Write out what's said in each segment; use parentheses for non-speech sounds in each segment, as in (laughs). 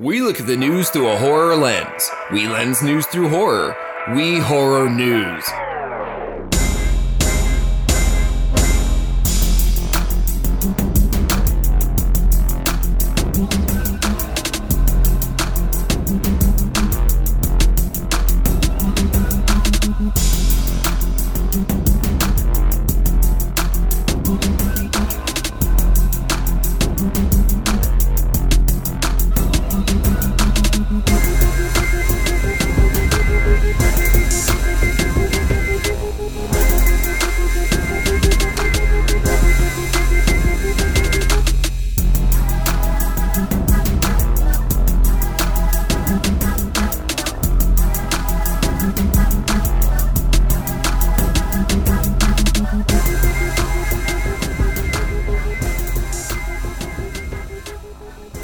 We look at the news through a horror lens. We lens news through horror. We horror news.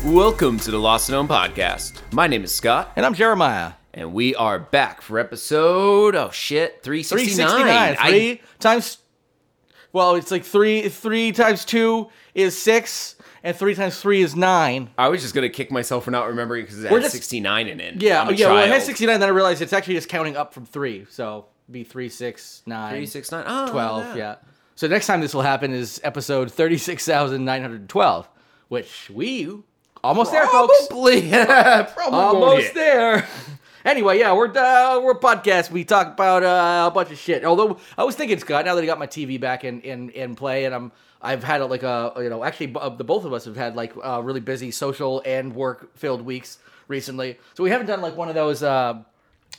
Welcome to the Lost and Known podcast. My name is Scott, And I'm Jeremiah. and we are back for episode oh shit three sixty nine. 369. Three times. Well, it's like three. Three times two is six, and three times three is nine. I was just gonna kick myself for not remembering because it We're had just- sixty nine in it. Yeah, I'm oh, a yeah. Well, it child. has sixty-nine. Then I realized it's actually just counting up from three, so it'd be three, six, nine, 369. Oh, 12, Yeah. So next time this will happen is episode thirty-six thousand nine hundred twelve, which we almost there, folks. Probably, yeah, (laughs) probably Almost there. (laughs) Anyway, yeah, we're uh, we're a podcast. We talk about uh, a bunch of shit. Although I was thinking, Scott, now that I got my TV back in in, in play, and I'm I've had like a you know actually b- uh, the both of us have had like uh, really busy social and work filled weeks recently, so we haven't done like one of those. Uh,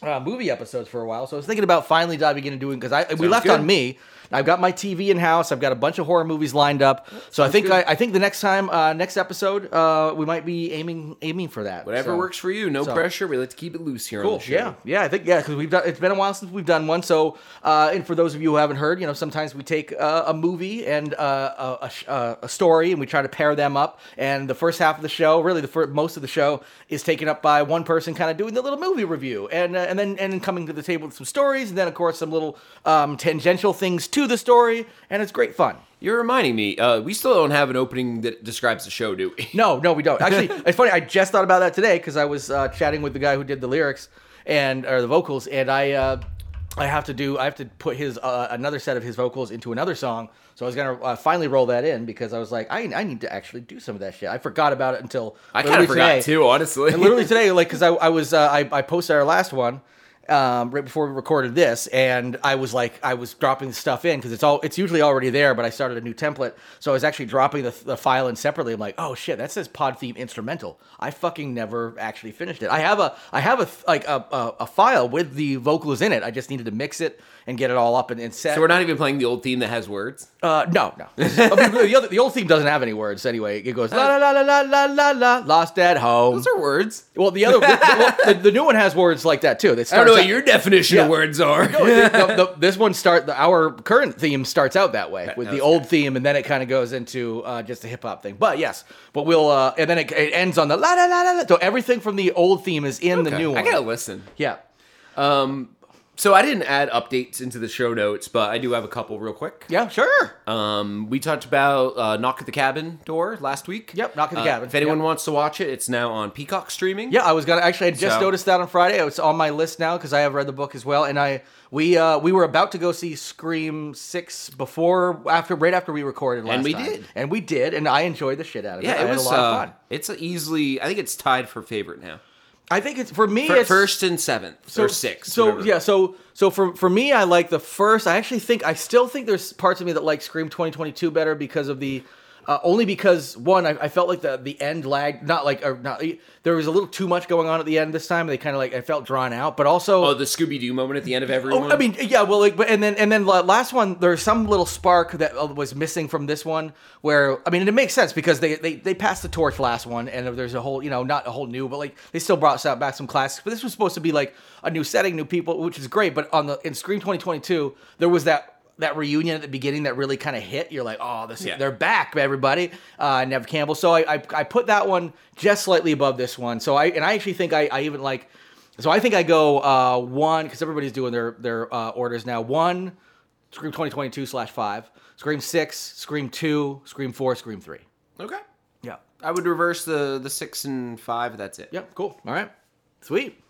uh, movie episodes for a while, so I was thinking about finally diving into doing because I we left good. on me. I've got my TV in house. I've got a bunch of horror movies lined up, so I think I, I think the next time, uh, next episode, uh, we might be aiming aiming for that. Whatever So- works for you. No so- pressure. We like to keep it loose here on Cool. the show. Yeah, yeah. I think yeah, because we've done. It's been a while since we've done one. So, uh, and for those of you who haven't heard, you know, sometimes we take uh, a movie and uh, a, a, sh- uh, a story, and we try to pair them up. And the first half of the show, really, the fir- most of the show is taken up by one person, kind of doing the little movie review, and uh, and then and then coming to the table with some stories, and then of course some little um, tangential things to the story, and it's great fun. You're reminding me. Uh, we still don't have an opening that describes the show, do we? No, no, we don't. Actually, it's funny. I just thought about that today because I was uh, chatting with the guy who did the lyrics and or the vocals, and I uh, I have to do I have to put his uh, another set of his vocals into another song. So I was gonna uh, finally roll that in because I was like, I, I need to actually do some of that shit. I forgot about it until (laughs) I kind literally of forgot today. too, honestly. (laughs) And literally today, like, because I, I was, uh, I, I posted our last one um, right before we recorded this, and I was like, I was dropping stuff in because it's all, it's usually already there, but I started a new template, so I was actually dropping the, the file in separately. I'm like, oh shit, that says pod theme instrumental. I fucking never actually finished it. I have a, I have a th- like a, a, a file with the vocals in it. I just needed to mix it and get it all up and, and set. so we're not even playing the old theme that has words. Uh, no, (laughs) no. I mean, the, other, the old theme doesn't have any words anyway. It goes la la la la la la la lost at home. Those are words. Well, the other, well, the, the new one has words like that too. That I don't starts know what out- your definition of Yeah. words are. (laughs) the, the, this one start the, our current theme starts out that way with the that's old theme, and then it kind of goes into uh, just a hip hop thing. But yes, but we'll uh, and then it, it ends on the la la la la. la. So everything from the old theme is in the Okay, new one. I gotta listen. yeah. So I didn't add updates into the show notes, but I do have a couple real quick. Yeah. Sure. Um, we talked about uh, Knock at the Cabin Door last week. Yep, Knock at the Uh, Cabin, If anyone yep. wants to watch it, it's now on Peacock streaming. Yeah, I was gonna actually. I just So- noticed that on Friday. It's on my list now because I have read the book as well. And I we uh we were about to go see Scream Six before after right after we recorded last we time. did. and we did, and I enjoyed the shit out of it. Yeah, I it had was a uh, lot of fun. It's easily, I think it's tied for favorite now. I think it's for me. For, it's first and seventh, or sixth. So whatever. yeah, so so for for me, I like the first. I actually think I still think there's parts of me that like Scream 2022 better because of the. Uh, only because one, I, I felt like the the end lagged. Not like or not. There was a little too much going on at the end this time. They kind of like I felt drawn out, but also Oh, the Scooby Doo moment at the end of everyone. Oh, I mean, yeah, well, like, but and then and then la- last one, there's some little spark that uh, was missing from this one. Where I mean, it makes sense because they they, they passed the torch last one, and there's a whole, you know, not a whole new, but like they still brought some- back some classics. But this was supposed to be like a new setting, new people, which is great. But on the in Scream 2022, there was that. That reunion at the beginning that really kind of hit. You're like, oh, this Yeah. they're back, everybody. Uh, Nev Campbell. So I, I I put that one just slightly above this one. So I and I actually think I, I even like so I think I go uh, one because everybody's doing their their uh, orders now. One, Scream twenty twenty two slash five, Scream six, Scream two, Scream four, Scream three. okay. Yeah. I would reverse the the six and five. That's it. Yeah, cool. All right, sweet.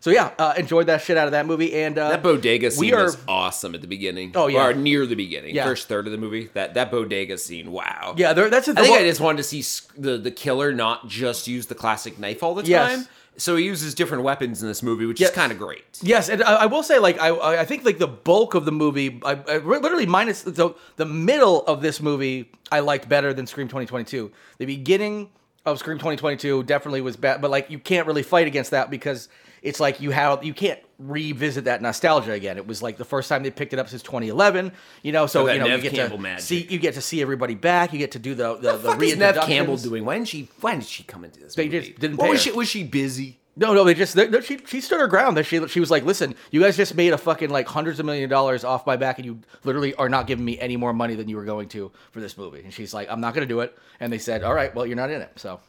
So yeah, uh, enjoyed that shit out of that movie, and uh, That bodega scene we are was awesome at the beginning. Oh, yeah. or near the beginning, Yeah. first third of the movie. That that bodega scene. Wow. yeah, there, that's a, I think I just wanted to see sc- the the killer not just use the classic knife all the time. Yes. So he uses different weapons in this movie, which Yeah. is kind of great. Yes, and I, I will say, like, I- I I think like the bulk of the movie, I, I re- literally minus the the middle of this movie, I liked better than Scream 2022. The beginning of Scream 2022 definitely was bad, but like you can't really fight against that because it's like you have you can't revisit that nostalgia again. It was like the first time they picked it up since 2011, you know. So Oh, that you know you Nev get Campbell to magic. see you get to see everybody back. You get to do the the, the, The fuck is Nev Campbell reintroductions. doing? Why did she? Why did she come into this? They movie? just didn't What pay was her. she? Was she busy? No, no, they just they, they- she she stood her ground. That she she was like, listen, you guys just made a fucking like hundreds of million dollars off my back, and you literally are not giving me any more money than you were going to for this movie. And she's like, I'm not gonna do it. And they said, all right, well, you're not in it. So,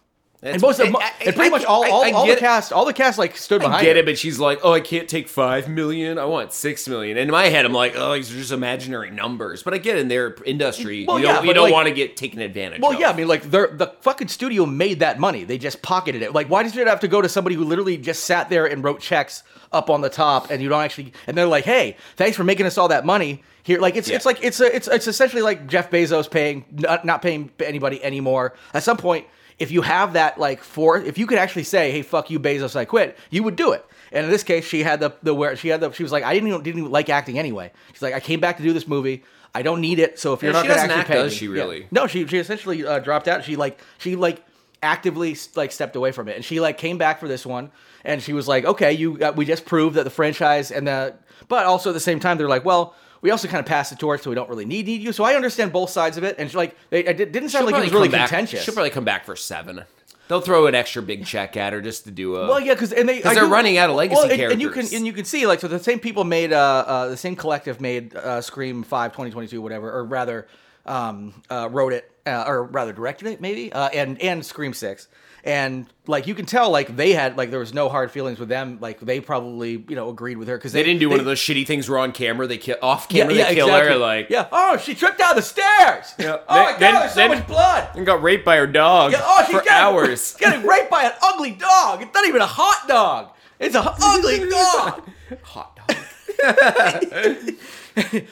and That's- most of I- I- and pretty I- much all I- all, I all the get it. cast all the cast like stood behind. I get her. it, but she's like, "Oh, I can't take five million. I want six million. And in my head, I'm like, "Oh, these are just imaginary numbers." But I get in their industry, Well, you don't, yeah, you but don't like- want to get taken advantage. Well, of. yeah, I mean, like they're- the fucking studio made that money. They just pocketed it. Like, why does it have to go to somebody who literally just sat there and wrote checks up on the top, and you don't actually? And they're like, "Hey, thanks for making us all that money." Here, like it's Yeah. it's like it's a, it's it's essentially like Jeff Bezos paying not, not paying anybody anymore. At some point, if you have that like for if you could actually say, "Hey, fuck you, Bezos, I quit," you would do it. And in this case, she had the the where she had the she was like, "I didn't even, didn't even like acting anyway." She's like, "I came back to do this movie." I don't need it, so if you're Yeah, not she going to doesn't actually act, pay does me- she Yeah. really? No, she she essentially uh, dropped out. She like she like actively like stepped away from it, and she like came back for this one, and she was like, okay, you uh, we just proved that the franchise and the, but also at the same time they're like, well. We also kind of passed the torch, so we don't really need need you. So I understand both sides of it, and she, like they, it didn't sound like it was really come back- contentious. She'll probably come back for seven. They'll throw an extra big check at her just to do a. Well, yeah, because and they 'Cause I Oh. they're do- running out of legacy and, and you can characters. and you can see like so the same people made uh, uh the same collective made uh, Scream 5 2022 whatever or rather um uh, wrote it uh, or rather directed it maybe uh, and and Scream 6 and like you can tell like they had like there was no hard feelings with them like they probably you know agreed with her because They didn't do one of those shitty things where on camera they kill off yeah, camera yeah, they kill her exactly. like yeah oh she tripped down the stairs Yeah. oh my god Then- there's so then- much blood and got raped by her dog yeah, oh, she's for getting, (laughs) hours. getting raped by an ugly dog it's not even a hot dog it's an (laughs) ugly dog Hot dog.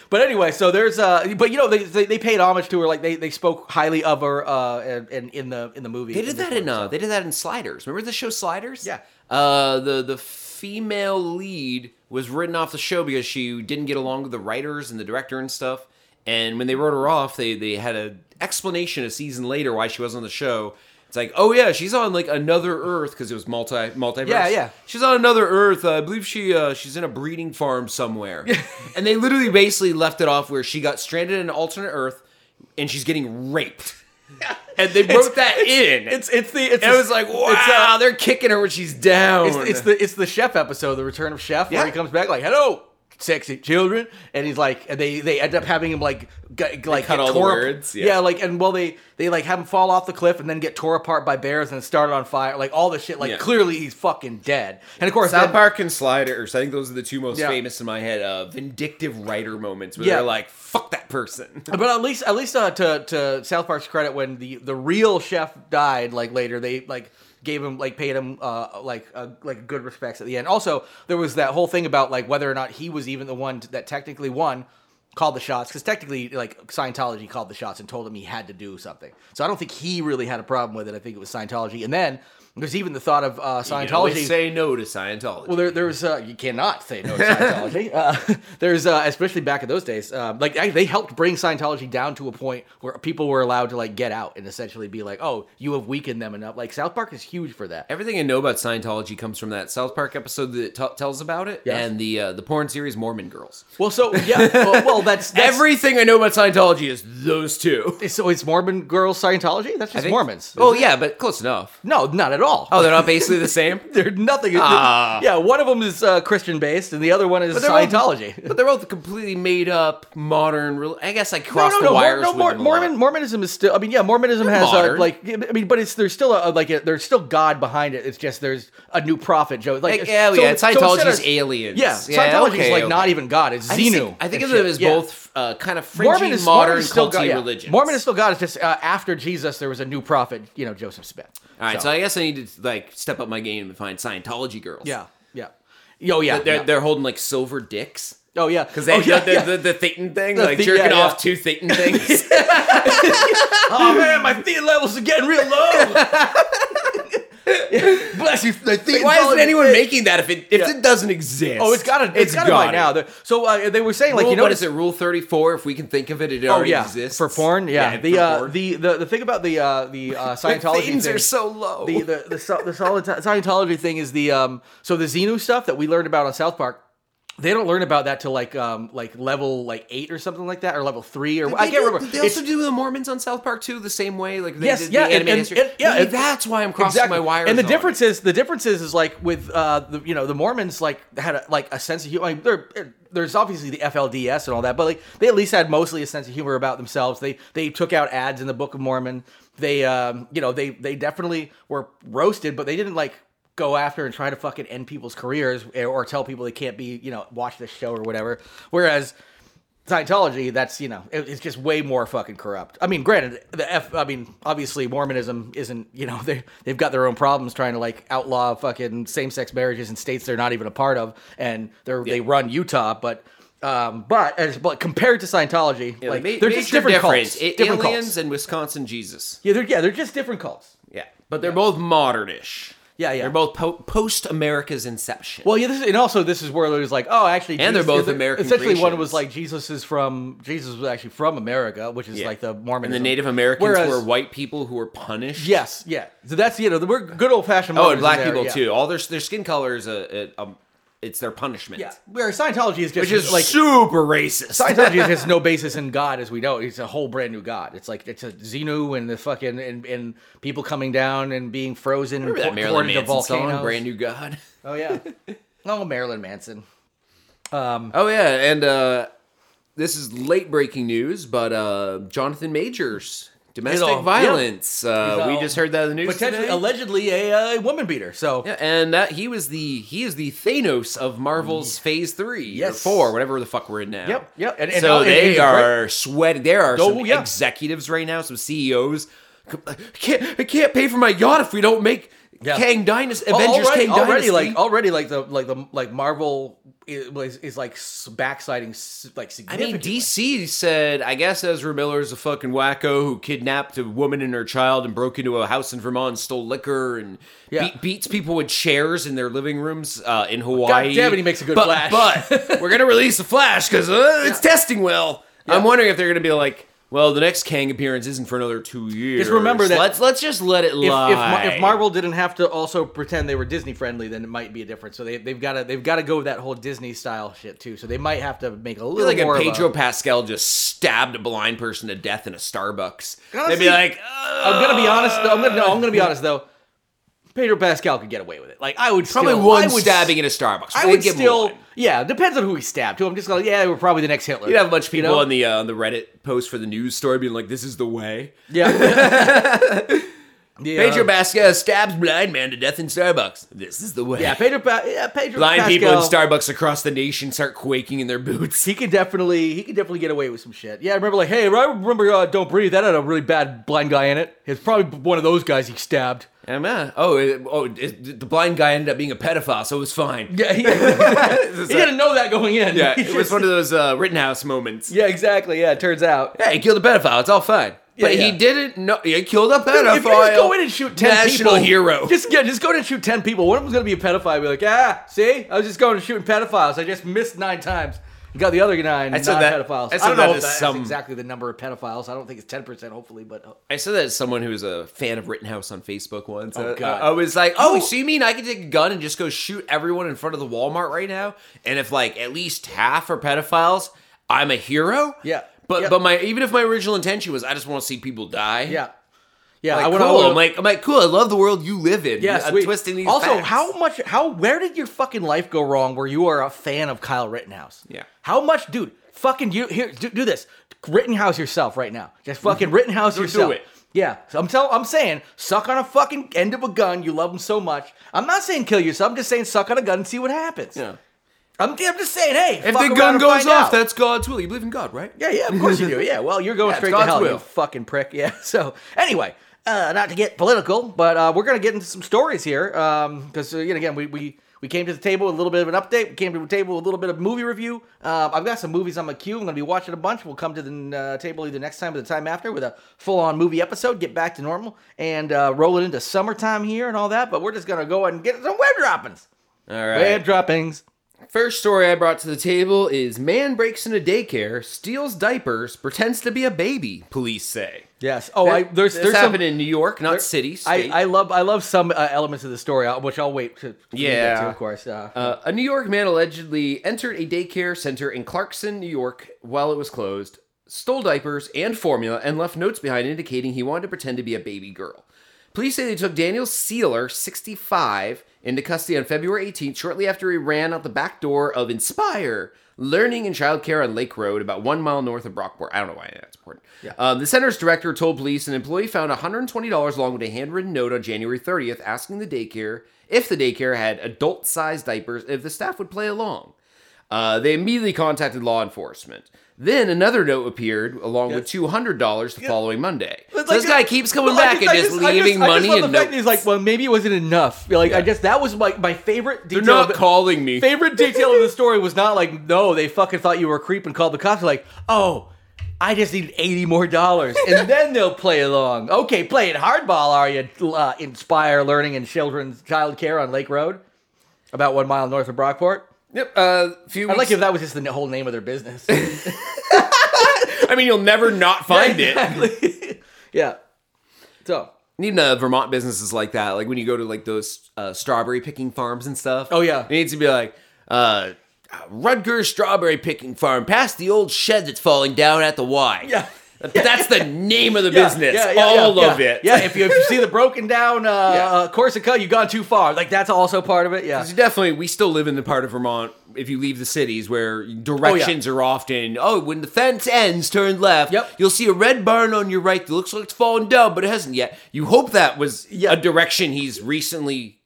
But anyway, so there's uh, but you know they, they, they paid homage to her, like they, they spoke highly of her uh, and, and in the in the movie. They did that this in one, uh, they did that in Sliders. Remember the show Sliders? Yeah. Uh, the the female lead was written off the show because she didn't get along with the writers and the director and stuff. And when they wrote her off, they they had a explanation a season later why she wasn't on the show. It's like, oh yeah, she's on like another Earth because it was multi multiverse. Yeah, yeah. She's on another Earth. I believe she uh, she's in a breeding farm somewhere. and they literally basically left it off where she got stranded in an alternate Earth, and she's getting raped. And they wrote that in. It's it's the it's And I the- was like, wow, It's, uh, they're kicking her when she's down. it's, it's the it's the chef episode, the return of chef, where Oh, Yeah. he comes back like, hello, sexy children, and he's like, and they they end up having him like g- like cut get all the tore up- words, yeah. yeah. like and well they they like have him fall off the cliff and then get tore apart by bears and start on fire, like all this shit. Like Yeah. clearly he's fucking dead, and of course South then- Park and Sliders. I think those are the two most Yeah. famous in my head. Uh, vindictive writer moments where Yeah. they're like, "Fuck that person." (laughs) But at least, at least uh, to to South Park's credit, when the the real chef died, like later they like gave him like paid him uh, like uh, like good respects at the end. Also, there was that whole thing about like whether or not he was even the one that technically won called the shots because technically like Scientology called the shots and told him he had to do something. So I don't think he really had a problem with it. I think it was Scientology, and then there's even the thought of uh, You can always Scientology. say no to Scientology. Well, there, there was uh, you cannot say (laughs) no to Scientology. uh, (laughs) there's uh, especially back in those days, uh, like I, they helped bring Scientology down to a point where people were allowed to like get out and essentially be like, oh, you have weakened them enough. Like South Park is huge for that. Everything I know about Scientology comes from that South Park episode that t- tells about it, Yes. and the uh, the porn series Mormon Girls. Well, (laughs) so yeah, well, well that's, that's (laughs) Everything I know about Scientology is those two. So it's Mormon girls Scientology. That's just Mormons. Oh yeah, but close enough. No, not at all. Oh, they're not basically the same. (laughs) They're nothing. Ah. yeah, one of them is uh, Christian based, and the other one is they're both- Scientology. But they're both completely made up modern. rel- I guess I No, crossed no, no, the Mor- wires. no. with Mor- them a lot. Mormon, Mormonism is still. I mean, yeah, Mormonism has uh, modern. like. I mean, but it's there's still a like a, there's still God behind it. It's just there's a new prophet. Joe, like, Like, yeah, oh, so- yeah. so Scientology instead is of- aliens. Yeah, Scientology is like not even God. It's I just Xenu. think- I think of and them shit. as Yeah. both uh, kind of fringy modern culty God. yeah. religions. Mormon is still God. It's just uh, after Jesus, there was a new prophet. You know, Joseph Smith. All right, so. I guess I need to like step up my game and find Scientology girls. yeah, yeah. Yo, yeah, they're yeah. they're holding like silver dicks. Oh yeah, Because they oh, yeah, the, yeah. The, the Thetan thing, The like the- jerking yeah, yeah. off two Thetan (laughs) things. oh man, my theater levels are getting real (laughs) low. Bless you. The theater Why isn't levels- anyone making that if it if Yeah. it doesn't exist? Oh, it's got it. it's got, it by now. They're- So uh, they were saying like Like, you know what is it? Rule thirty four. If we can think of it, it Oh already yeah, exists for porn. Yeah, the, for uh, porn. the the the thing about the uh, (laughs) the uh, Scientology Thetans thing- are so low. the the the, so, the solid Scientology thing is the um so the Xenu stuff that we learned about on South Park. They don't learn about that till like um like level like eight or something like that or level three or I They can't do- remember. They It's- also do the Mormons on South Park too, the same way. Like they Yes, did yeah, the and- animated and- history. and- yeah, Maybe and- that's why I'm crossing my wires. And the on it. difference is the difference is is like with uh the, you know the Mormons like had a, like a sense of humor. Like, there- there's obviously the FLDS and all that, but like they at least had mostly a sense of humor about themselves. They they took out ads in the Book of Mormon. They um you know they they definitely were roasted, but they didn't like go after and try to fucking end people's careers eh, or tell people they can't be you know watch this show or whatever. Whereas Scientology, that's you know, it, it's just way more fucking corrupt. I mean, granted, the F. I mean, obviously, Mormonism isn't. You know, (laughs) they they've got their own problems trying to like outlaw fucking same sex marriages in states they're not even a part of, and they're they run Utah, but um, but as but compared to Scientology, Yeah, like ma- they're just major different difference. cults, A- different aliens cults. and Wisconsin Jesus. Yeah, they're yeah, they're just different cults. Yeah, but they're both modernish. Yeah, yeah. They're both po- post America's inception. Well, yeah, this is, and also this is where it was like, oh, actually, And they're both American Essentially, one creations. was like Jesus is from Jesus was actually from America, which is Yeah. like the Mormon. and the Native Americans were white people who were punished. Yes, yeah. So that's you know the- we're good old fashioned. Oh, and black people too. All their their skin color is a, a, um it's their punishment. Yeah, where Scientology is Which just is like super racist. Scientology has no basis in God as we know. It's a whole brand new God. It's like it's a Xenu and the fucking and, and people coming down and being frozen and Remember that pour- Marilyn poured into Manson volcanoes. song, Brand New God. Oh yeah. (laughs) Oh Marilyn Manson. Oh yeah, and uh, this is late breaking news, but uh, Jonathan Majors domestic all- violence. Uh, we all- just heard that in the news Potentially, today. allegedly a uh, woman beater. So yeah, and that he was the he is the Thanos of Marvel's Phase Three Yes. or Four, whatever the fuck we're in now. Yep, yep, and- and- so and- they and- are sweating. There are Oh, some yeah. executives right now, some CEOs. I can't I can't pay for my yacht if we don't make Yeah. Kang Dynasty Well, Avengers already, Kang already Dynasty. like already like the like the like Marvel is, is like s- backsliding s- like I significantly. mean, DC said, I guess Ezra Miller is a fucking wacko who kidnapped a woman and her child and broke into a house in Vermont and stole liquor and Yeah. beat, beats people with chairs in their living rooms uh, in Hawaii. God damn it, he makes a good but, Flash. (laughs) But we're going to release the Flash because uh, it's testing well. I'm wondering if they're going to be like, well, the next Kang appearance isn't for another two years. remember that Let's, let's just let it if, lie. if, Mar- if Marvel didn't have to also pretend they were Disney friendly, then it might be a difference. So they, they've got to they've got to go with that whole Disney style shit too. So they might have to make a I feel little like more. if of Pedro a, Pascal just stabbed a blind person to death in a Starbucks, they'd Honestly, be like, I'm gonna be honest. I'm gonna no, I'm gonna be honest though. Pedro Pascal could get away with it. Like I would Probably still, one I would, stabbing in a Starbucks. I We'd would give still. one. Yeah, depends on who he stabbed. Too. I'm just like, yeah, we're probably the next Hitler. You'd have a bunch of people know? on the uh, on the Reddit post for the news story being like, "This is the way." (laughs) Yeah. yeah. Pedro Pascal stabs blind man to death in Starbucks. This is the way. Yeah, Pedro. Pa- yeah, (laughs) Pedro. blind Pascal, people in Starbucks across the nation start quaking in their boots. (laughs) He could definitely, he could definitely get away with some shit. Yeah, I remember like, hey, I remember uh, Don't Breathe. That had a really bad blind guy in it. It's probably one of those guys he stabbed. And, uh, oh, it- oh, it- the blind guy ended up being a pedophile, so it was fine. Yeah, (laughs) (laughs) he, he didn't know that going in. (laughs) Yeah, He it was just- one of those uh, Rittenhouse moments. Yeah, exactly. Yeah, it turns out. Yeah, he killed a pedophile. It's all fine. But Yeah, yeah. he didn't know. (laughs) He killed a pedophile. If you just go in and shoot ten National (laughs) people, hero. Just yeah, just go in and shoot ten people. One of them's gonna be a pedophile. Be like, ah, see, I was just going and shooting pedophiles. I just missed nine times. You got the other nine said that- non-pedophiles. I I, said don't that know is if that's some- exactly the number of pedophiles. I don't think it's ten percent, hopefully, but uh, I said that as someone who was a fan of Rittenhouse on Facebook once. Oh, I- God. I, I was like, oh, No. so you mean I could take a gun and just go shoot everyone in front of the Walmart right now? And if like at least half are pedophiles, I'm a hero? Yeah. But Yeah. but my even if my original intention was I just want to see people die. yeah. Yeah, Like, I went cool. all I'm like, I'm like, cool. I love the world you live in. yeah, I'm sweet. uh, twisting these. Also, facts. how much? How? Where did your fucking life go wrong? Where you are a fan of Kyle Rittenhouse? Yeah. How much, dude? Fucking you here. Do, do this. Rittenhouse yourself right now. (laughs) Just fucking Rittenhouse yourself. it. Yeah, so I'm tell, I'm saying suck on a fucking end of a gun. You love him so much. I'm not saying kill yourself. I'm just saying suck on a gun and see what happens. Yeah. I'm, I'm just saying, hey, If fuck the around gun and goes find off, out. that's God's will. You believe in God, right? Yeah, yeah, of course you do. Yeah, well, you're going Yeah, it's straight to God's hell, you will. fucking prick. Yeah. (laughs) So anyway, uh, not to get political, but uh, we're gonna get into some stories here because you know, again, we, we we came to the table with a little bit of an update. We came to the table with a little bit of movie review. Um, I've got some movies on my queue. I'm gonna be watching a bunch. We'll come to the uh, table either next time or the time after with a full on movie episode. Get back to normal and uh, roll it into summertime here and all that. But we're just gonna go and get some web droppings. All right. Web droppings. First story I brought to the table is man breaks into daycare, steals diapers, pretends to be a baby. Police say. Yes. Oh, I, there's this there's some happened in New York, not city. I, State. I love I love some uh, elements of the story, uh, which I'll wait to, to get Yeah. to, of course. Uh, Uh, a New York man allegedly entered a daycare center in Clarkson, New York, while it was closed, stole diapers and formula, and left notes behind indicating he wanted to pretend to be a baby girl. Police say they took Daniel Sealer, 65, into custody on February 18th, shortly after he ran out the back door of Inspire Learning and Childcare on Lake Road, about one mile north of Brockport. I don't know why that's important. Um, the center's director told police an employee found $120 along with a handwritten note on January 30th asking the daycare if the daycare had adult sized diapers, if the staff would play along. Uh, they immediately contacted law enforcement. Then another note appeared along with two hundred dollars the following Monday. So like this guy a- keeps coming Well, I back and I just, I leaving I money and love the fact that notes. He's like, well, maybe it wasn't enough. Like, I guess that was like my favorite detail. They're not of the- calling me. favorite detail of the story was not like, no, they fucking thought you were a creep and called the cops. They're like, oh, I just need eighty more dollars, (laughs) and then they'll play along. Okay, playing hardball, are you? Uh, inspire learning and children's child care on Lake Road, about one mile north of Brockport. Yep. Uh, few I weeks- like if that was just the whole name of their business. (laughs) I mean, you'll never not find (laughs) it. it. yeah. So. Even uh, Vermont businesses like that, like when you go to like those uh, strawberry picking farms and stuff. Oh, yeah. it needs to be like uh, Rutgers strawberry picking farm past the old shed that's falling down at the Y. Yeah. But that's the name of the (laughs) yeah, business. yeah, yeah, all yeah, of yeah. it. Yeah, if you, if you see the broken down uh, uh, Yeah. Corsica, you've gone too far. Like that's also part of it. Yeah, 'Cause Definitely, we still live in the part of Vermont. If you leave the cities, where directions are often, oh, when the fence ends, turn left. Yep. You'll see a red barn on your right that looks like it's fallen down, but it hasn't yet. You hope that was Yeah. a direction he's recently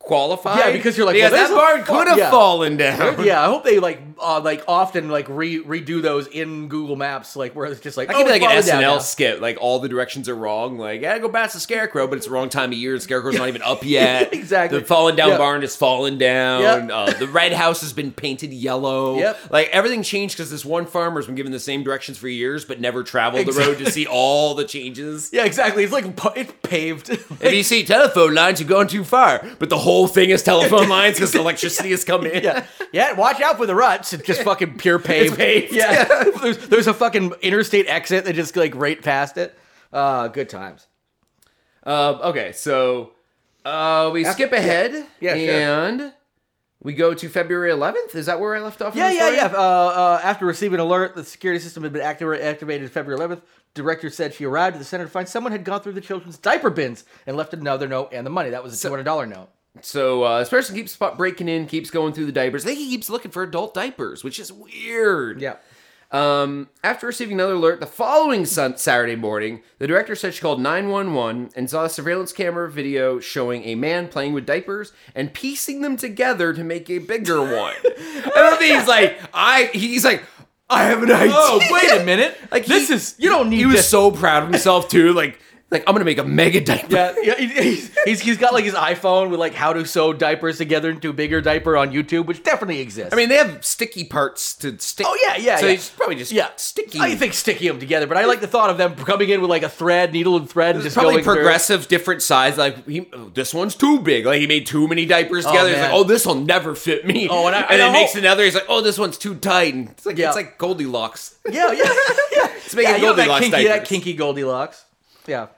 qualified. Yeah, because you're like, well, that there's a barn fu- could have yeah. fallen down. yeah. I hope they like uh, like often like re- redo those in Google Maps, like where it's just like That could oh, be like an it's falling down SNL now. skit. Like all the directions are wrong. Like, yeah, go past the scarecrow, but it's the wrong time of year. The scarecrow's not even (laughs) up yet. Exactly. The fallen down Yeah. barn is fallen down. Yep. Uh, the red house has been painted yellow. Yep. Like everything changed because this one farmer's been given the same directions for years, but never traveled the road to Exactly. see all the changes. (laughs) Yeah, exactly. It's like pu- it's paved. (laughs) If you see telephone lines, you've gone too far. But the whole thing is telephone lines (laughs) because electricity has come in. yeah, yeah. Watch out for the ruts. It's just fucking pure paved. paved. (laughs) Yeah, there's, there's a fucking interstate exit that just like right past it. Uh, good times. Um, okay, so uh, we skip ahead yeah, sure. and we go to February 11th. Is that where I left off? in Yeah, the yeah, story? yeah. Uh, uh, after receiving an alert, the security system had been activ- activated February 11th. Director said she arrived at the center to find someone had gone through the children's diaper bins and left another note and the money. That was a $200 note. So uh, this person keeps spot- breaking in, keeps going through the diapers. I think he keeps looking for adult diapers, which is weird. Yeah. Um, after receiving another alert the following sun- Saturday morning, the director said she called 911 and saw a surveillance camera video showing a man playing with diapers and piecing them together to make a bigger (laughs) one. I don't think he's like, I, he's like, I have an idea. Oh, wait a minute. (laughs) Like Like this he- is you don't need He was this. so proud of himself too. Like, like I'm gonna make a mega diaper. yeah, yeah, he- he's, he's he's got like his iPhone with like how to sew diapers together into a bigger diaper on YouTube, which definitely exists. I mean, they have sticky parts to stick. Oh yeah, yeah. So yeah. he's probably just yeah sticky. I think sticking them together, but I like the thought of them coming in with like a thread, needle, and thread, and It's just probably going through. progressive, different size. Like he, oh, this one's too big. Like he made too many diapers together. he's man. like, oh, this will never fit me. Oh, and I- then and I he makes hope- another. He's like, oh, this one's too tight. And it's like Yeah. it's like Goldilocks. Yeah, (laughs) yeah, yeah. making yeah, you know Goldilocks that kinky, that diapers. kinky Goldilocks. Yeah.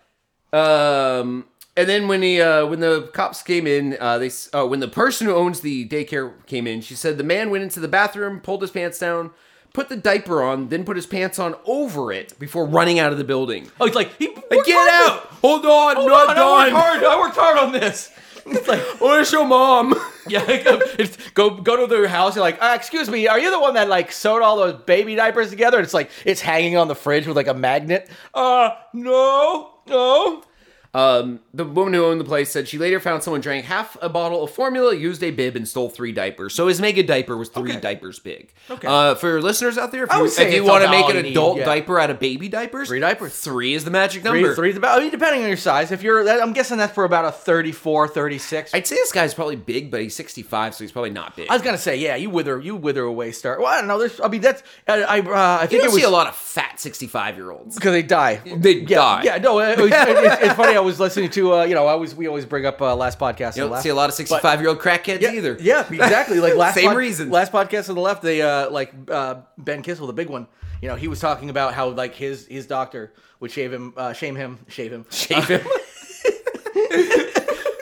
Um, and then when he uh, when the cops came in, uh, they s- uh, when the person who owns the daycare came in, she said the man went into the bathroom, pulled his pants down, put the diaper on, then put his pants on over it before running out of the building. Oh, he's like, he Like, worked get hard on out! Hold on, this. Hold not on, I done. worked hard. I worked hard on this. It's like, (laughs) Where's your mom? (laughs) yeah, it's, go go to their house. You're like, uh, excuse me, are you the one that like sewed all those baby diapers together? And it's like it's hanging on the fridge with like a magnet. Uh, no, no. Um, the woman who owned the place said she later found someone drank half a bottle of formula, used a bib, and stole three diapers. So his mega diaper was three Okay. diapers big. Okay. Uh, for your listeners out there, if I you, would say it's want to about make all an you need, adult yeah. diaper out of baby diapers, Three diapers. Three is the magic number. Three, three's about. I mean, depending on your size. If you're, that, I'm guessing that's for about a 34, 36. I'd say this guy's probably big, but he's 65, so he's probably not big. I was gonna say, yeah, you wither, you wither away. Start. Well, I don't know. There's, I mean, that's. I, I, uh, I you think don't it was see a lot of fat 65 year olds. because they die. They yeah, die. Yeah, no. It, was- it- it's, it's funny. I was listening to, uh, you know, I always we always bring up uh, last podcast. You and don't last, see a lot of 65 year old crackheads yeah, either. (laughs) Yeah, exactly. Like last Same pod- reason. Last podcast on the left, they uh, like uh, Ben Kissel, the big one. You know, he was talking about how like his his doctor would shave him, uh, shame him, shave him, shave him.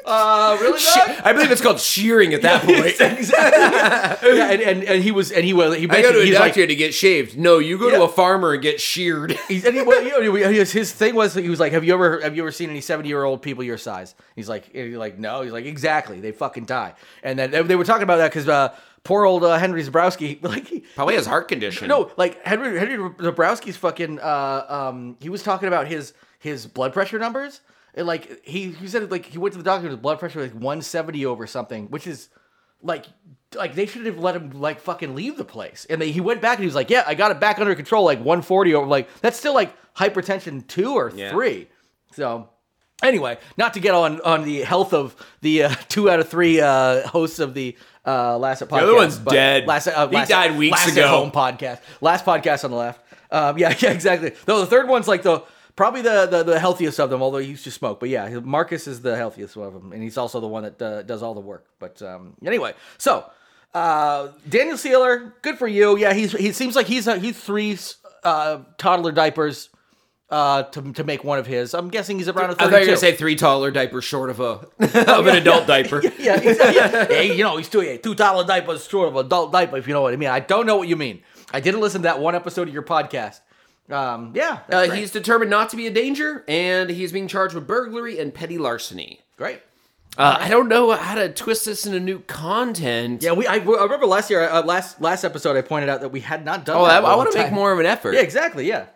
uh, (laughs) really? She- (laughs) Doc? I believe it's called shearing at that (laughs) point. exactly. yeah, and, and, and he was and he was (laughs) he I go mentioned to a he's like doctor to get shaved. No, you go to Yeah. a farmer and get sheared. (laughs) he's and he, well, you know, his, his thing was he was like have you ever have you ever seen any 70 year old people your size he's like and he's like no he's like exactly they fucking die and then they, they were talking about that because uh, poor old uh, Henry Zabrowski (laughs) like he, Probably has heart condition. no like Henry Henry Zabrowski's fucking uh, um he was talking about his his blood pressure numbers and like he he said like he went to the doctor with his blood pressure was, like 170 over something which is like like they should have let him like fucking leave the place. And they, he went back and he was like, "Yeah, I got it back under control, like 140 over like that's still like hypertension 2 or 3." So anyway, not to get on on the health of the uh, (laughs) 2 out of 3 uh hosts of the uh last podcast. The other one's dead. Last, uh, He last, died weeks last ago. At home podcast. Last podcast on the left. Um, yeah, (laughs) yeah, exactly. No, the third one's like the probably the, the the healthiest of them, although he used to smoke. But yeah, Marcus is the healthiest of them, and he's also the one that uh, does all the work. But um, anyway, so uh, Daniel Sealer, good for you. Yeah, he's he seems like he's uh, he's three uh, toddler diapers uh, to to make one of his. I'm guessing he's around a I thought thirty-two. you were going to say three taller diapers short of a (laughs) of an adult diaper. yeah, exactly. yeah. Hey, you know, he's two, two dollar diapers short of adult diaper, if you know what I mean. I don't know what you mean. I didn't listen to that one episode of your podcast. Um, yeah, that's Uh, great. he's determined not to be a danger, and he's being charged with burglary and petty larceny. great. Uh, I don't know how to twist this into new content. Yeah, we. I, I remember last year, uh, last last episode, I pointed out that we had not done. Oh, that I, in a long want to make time. more of an effort. Yeah, exactly. Yeah,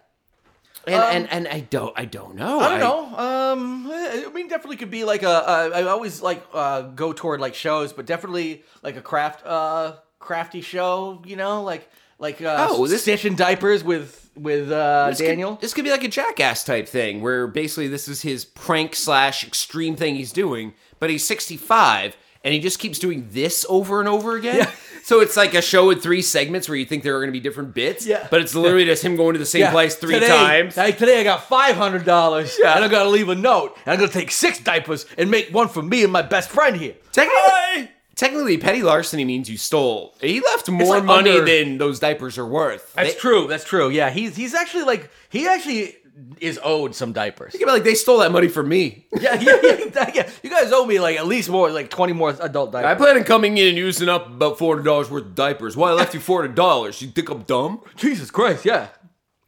and, and and I don't I don't know. I don't know. Um, I mean, definitely could be like a. a I always like uh, go toward like shows, but definitely like a craft, uh, crafty show. You know, like like uh, Oh, this- stitching diapers with with uh, This could- Daniel. this could be like a jackass type thing where basically this is his prank slash extreme thing he's doing, but he's 65 and he just keeps doing this over and over again. (laughs) So it's like a show with three segments where you think there are going to be different bits, Yeah. but it's literally just him going to the same place three Today- times. Hey, today I got five hundred dollars, Yeah. and I'm gonna leave a note. And I'm gonna take six diapers and make one for me and my best friend here. Technically, technically, petty larceny means you stole. He left more like money under- than those diapers are worth. That's They- true. That's true. Yeah, he's he's actually like he actually is owed (laughs) some diapers. Think about it, like they stole that money from me. (laughs) yeah, yeah, yeah, yeah. You guys owe me like at least more, like twenty more adult I diapers. plan on coming in and using up about four hundred dollars worth of diapers. Why I left you four hundred dollars? You think I'm dumb? Jesus Christ, yeah.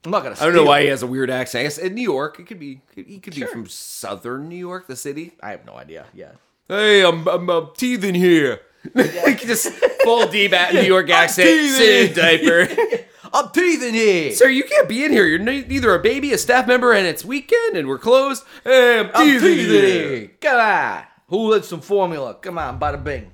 I'm not gonna. I don't know why he has a weird accent. I guess in New York, it could be he could be from Southern New York, the city. I have no idea. Yeah. Hey, I'm I'm, uh, teething here. (laughs) Just full deep at New York (laughs) I'm accent, teething. sit in diaper. (laughs) (laughs) I'm teething here. Sir, you can't be in here. You're ne- neither a baby, a staff member, and it's weekend, and we're closed. Hey, I'm I'm teething here. teething here. Come on. Who lives some formula? Come on, bada bing.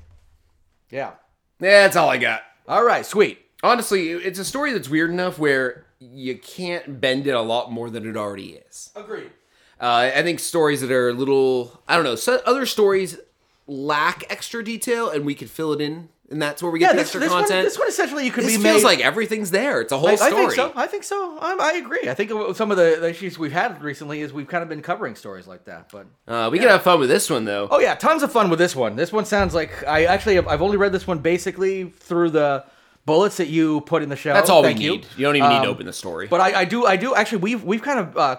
Yeah. Yeah, that's all I got. All right. Sweet. Honestly, it's a story that's weird enough where you can't bend it a lot more than it already is. Agreed. Uh, I think stories that are a little, I don't know, so other stories lack extra detail, and we could fill it in, and that's where we get Yeah, the this, extra this, one, content. this one essentially you could This be feels made. like everything's there. It's a whole I, I story. think so. I think so. i I agree. I think some of the, the issues we've had recently is we've kind of been covering stories like that. But Uh, we can have fun with this one though. oh yeah, tons of fun with this one. This one sounds like I actually have, I've only read this one basically through the bullets that you put in the show. that's all Thank we you. need. You don't even need to Um, open the story. But I, I do, I do actually. We've we've kind of uh,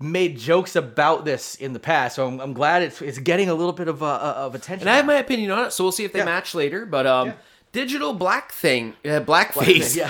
made jokes about this in the past, so I'm, I'm glad it's it's getting a little bit of uh, uh, of attention. and I have my opinion on it, so we'll see if they Yeah. match later. But um, digital black thing, uh, blackface yeah.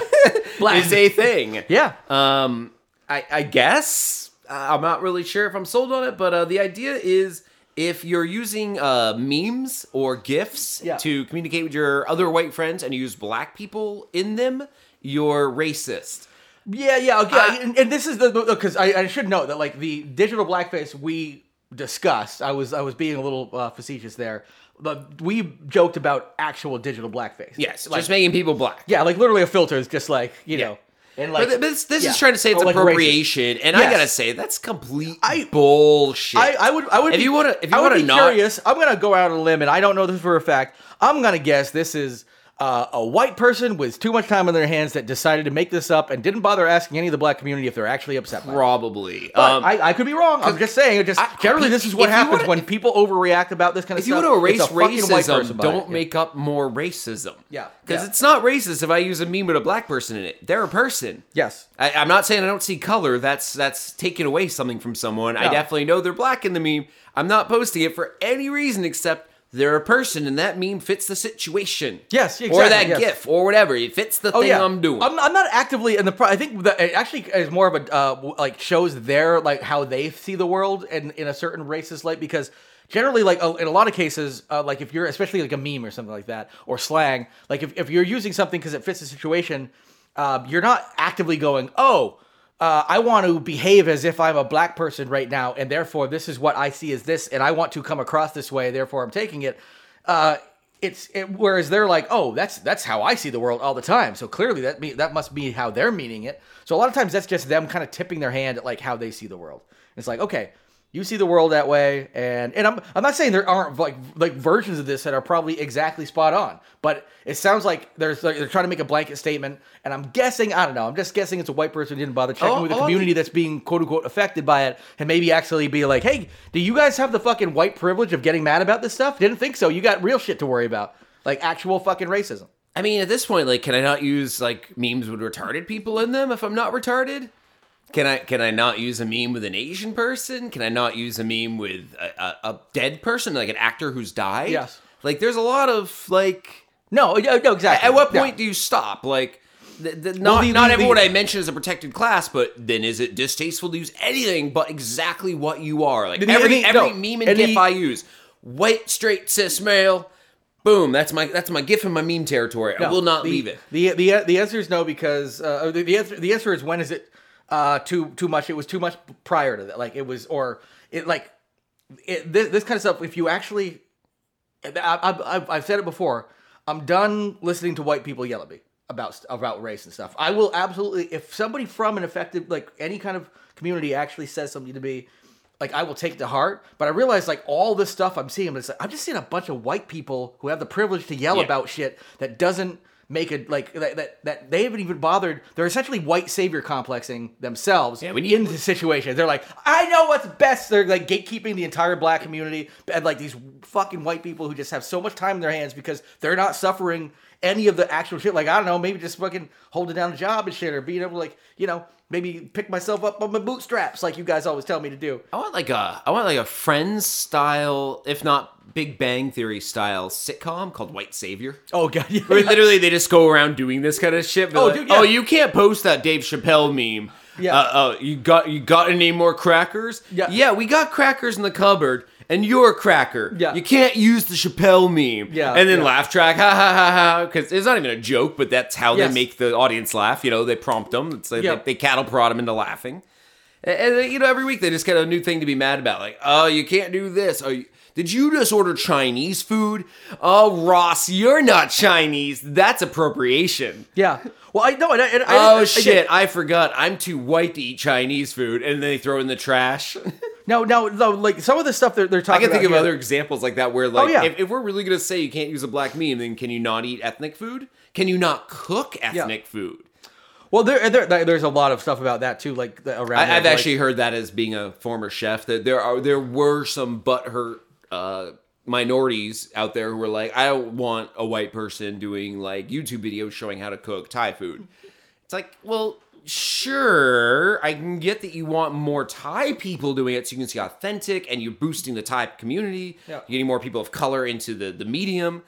black. (laughs) is a thing. Yeah. Um, I, I guess Uh, I'm not really sure if I'm sold on it, but uh, the idea is if you're using uh, memes or gifs Yeah. to communicate with your other white friends and you use black people in them, you're racist. Yeah, yeah, okay. I- and, and this is the because I, I should note that like the digital blackface we discussed, I was I was being a little uh, facetious there, but we joked about actual digital blackface. Yes, like just making people black. yeah, like literally a filter is just like you Yeah. know, and like but th- this, this yeah. is trying to say it's Or, like, racist. appropriation, and I Yes. gotta say that's complete I- bullshit. I, I would I would If be, you wanna- if you I would wanna be not- curious. I'm gonna go out on a limb, and I don't know this for a fact. I'm gonna guess this is uh, a white person with too much time on their hands that decided to make this up and didn't bother asking any of the black community if they're actually upset. By it. probably. But Um, I, I could be wrong. I'm just saying. it Just I- generally, this is what if you happens wanna- when people overreact about this kind of if you stuff. want to erase it's a fucking white person racism, behind don't it. make up more racism. Yeah, because yeah. it's not racist if I use a meme with a black person in it. They're a person. Yes. I, I'm not saying I don't see color. That's that's taking away something from someone. I No. definitely know they're black in the meme. I'm not posting it for any reason except they're a person, and that meme fits the situation. Yes, or exactly, that yes. GIF or whatever. It fits the Oh thing yeah, I'm doing. I'm, I'm not actively in the. Pro- I think that it actually is more of a uh, w- like shows their like how they see the world and in a certain racist light because generally like uh, in a lot of cases uh, like if you're especially like a meme or something like that or slang like if, if you're using something because it fits the situation uh, you're not actively going oh. Uh, I want to behave as if I'm a black person right now, and therefore this is what I see as this, and I want to come across this way, therefore I'm taking it. Uh, it's it, whereas they're like, oh, that's that's how I see the world all the time. So clearly that me, that must be how they're meaning it. So a lot of times that's just them kind of tipping their hand at like how they see the world. It's like, okay, you see the world that way, and and I'm I'm not saying there aren't like like versions of this that are probably exactly spot on, but it sounds like there's like, they're trying to make a blanket statement, and I'm guessing I don't know, I'm just guessing it's a white person who didn't bother checking Oh, with the oh, I community community that's being quote unquote affected by it and maybe actually be like, hey, do you guys have the fucking white privilege of getting mad about this stuff? Didn't think so. You got real shit to worry about. Like actual fucking racism. I mean, at this point, like, can I not use like memes with retarded people in them if I'm not retarded? Can I can I not use a meme with an Asian person? Can I not use a meme with a, a, a dead person, like an actor who's died? Yes. Like, there's a lot of like. No, no, no, exactly. At what Yeah. point do you stop? Like, th- th- not Well, the- not the- everyone the- I mention is a protected class, but then is it distasteful to use anything but exactly what you are? Like The- the- every the- every no. meme and, And gif the- I use, white straight cis male. Boom, that's my that's my gif and my meme territory. I No, will not the, leave it. The the the answer is no because uh, the, the answer the answer is when is it uh, too too much? It was too much prior to that. Like it was or it like it, this, this kind of stuff. If you actually, I, I, I've- I've said it before. I'm done listening to white people yell at me about st- about race and stuff. I will absolutely if somebody from an affected like any kind of community actually says something to me. Like I will take it to heart, but I realize like all this stuff I'm seeing, it's like, I'm just seeing a bunch of white people who have the privilege to yell Yeah. about shit that doesn't make it like that, that that they haven't even bothered. They're essentially white savior complexing themselves we need- in the situation. They're like, I know what's best. They're like gatekeeping the entire black community and like these fucking white people who just have so much time in their hands because they're not suffering any of the actual shit. Like I don't know, maybe just fucking holding down a job and shit, or being able to like you know maybe pick myself up on my bootstraps like you guys always tell me to do. I want like a I want like a Friends style, if not Big Bang Theory style sitcom called White Savior. (laughs) Oh god, yeah. Where literally they just go around doing this kind of shit. but Oh, like, dude, yeah. oh, you can't post that Dave Chappelle meme. Yeah. Uh, uh, you got you got any more crackers? Yeah. Yeah, we got crackers in the cupboard, and you're a cracker. Yeah. You can't use the Chappelle meme. Yeah, And then yeah. laugh track, ha ha ha ha, because it's not even a joke, but that's how Yes. they make the audience laugh. You know, they prompt them. It's like Yeah. they, they cattle prod them into laughing. And, and, you know, every week they just get a new thing to be mad about. Like, oh, you can't do this. Oh, you, did you just order Chinese food? Oh, Ross, you're not Chinese. That's appropriation. Yeah. Well, I know. And I, and I- uh, Oh I- I- shit! I forgot. I'm too white to eat Chinese food, and then they throw in the trash. (laughs) No, no, no. Like some of the stuff they're, they're I talking. can think of about other here- examples like that where, like, yeah. if, if we're really gonna say you can't use a black meme, then can you not eat ethnic food? Can you not cook ethnic food? Well, there, there, there's a lot of stuff about that too. Like the- around. I, there, I've like- (laughs) actually heard that as being a former chef that there are there were some butthurt uh, minorities out there who were like, I don't want a white person doing like YouTube videos showing how to cook Thai food. It's like, well, sure, I can get that you want more Thai people doing it so you can see authentic and you're boosting the Thai community. Yeah. You're getting more people of color into the the medium.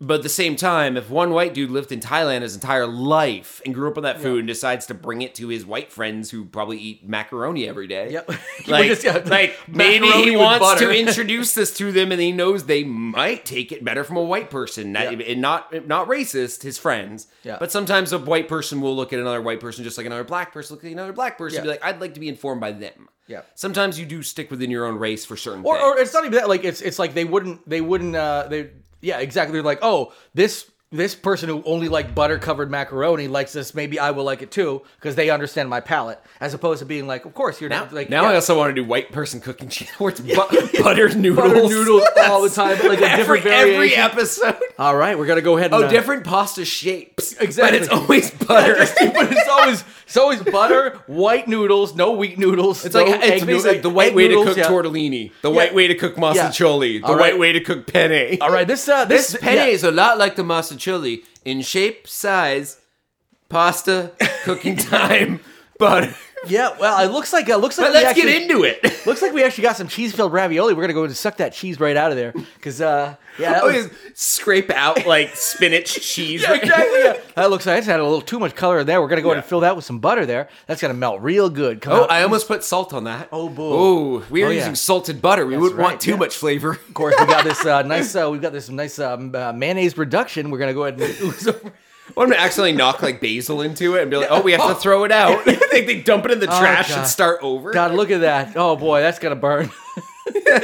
But at the same time, if one white dude lived in Thailand his entire life and grew up on that food and decides to bring it to his white friends who probably eat macaroni every day, Yep. (laughs) (laughs) like, Just, yeah, (laughs) like maybe macaroni he with wants butter. (laughs) to introduce this to them, and he knows they might take it better from a white person, not, Yeah. and not not racist, his friends. Yeah. But sometimes a white person will look at another white person just like another black person look at another black person and Yeah. be like, I'd like to be informed by them. Yeah. Sometimes you do stick within your own race for certain or, things. or it's not even that like it's it's like they wouldn't they wouldn't uh they yeah exactly they're like oh this this person who only like butter covered macaroni likes this maybe i will like it too because they understand my palate as opposed to being like of course you're Now, not like now yeah, I also want to do white person cooking channel (laughs) where it's bu- buttered noodles. butter noodles (laughs) all the time but like a every, different every variation episode. all right we're gonna go ahead and Oh, uh, (laughs) different pasta shapes. Exactly. But it's (laughs) always butter. but it's always it's always butter white noodles no wheat noodles It's like it's basically like the white way to cook tortellini, the white Yeah. way to cook masticholi, the All white right. way to cook penne. all right this uh this, This penne yeah. is a lot like the masticholi in shape, size, (laughs) pasta, cooking time, butter. yeah well it looks like it looks like But we let's actually- get into it. Looks like we actually got some cheese filled ravioli. We're gonna go and suck that cheese right out of there. Cause uh yeah, (laughs) that Oh, was, yeah, scrape out like spinach (laughs) cheese. yeah exactly. (laughs) yeah. That looks like I just had a little too much color in there. We're gonna go ahead and Yeah. fill that with some butter there. That's gonna melt real good. Come Oh, out. I almost put salt on that. Oh, boo. Oh, we were Oh, yeah. using salted butter. We wouldn't want right, too yeah. much flavor. (laughs) of course we got this uh, nice uh, we've got this nice um, uh, mayonnaise reduction. We're gonna go (laughs) ahead and ooze over. What, I'm gonna accidentally knock like basil into it and be like, oh, we have to (laughs) throw it out. (laughs) they, they dump it in the trash Oh, God. and start over. God, look at that. Oh boy, that's gonna burn. (laughs)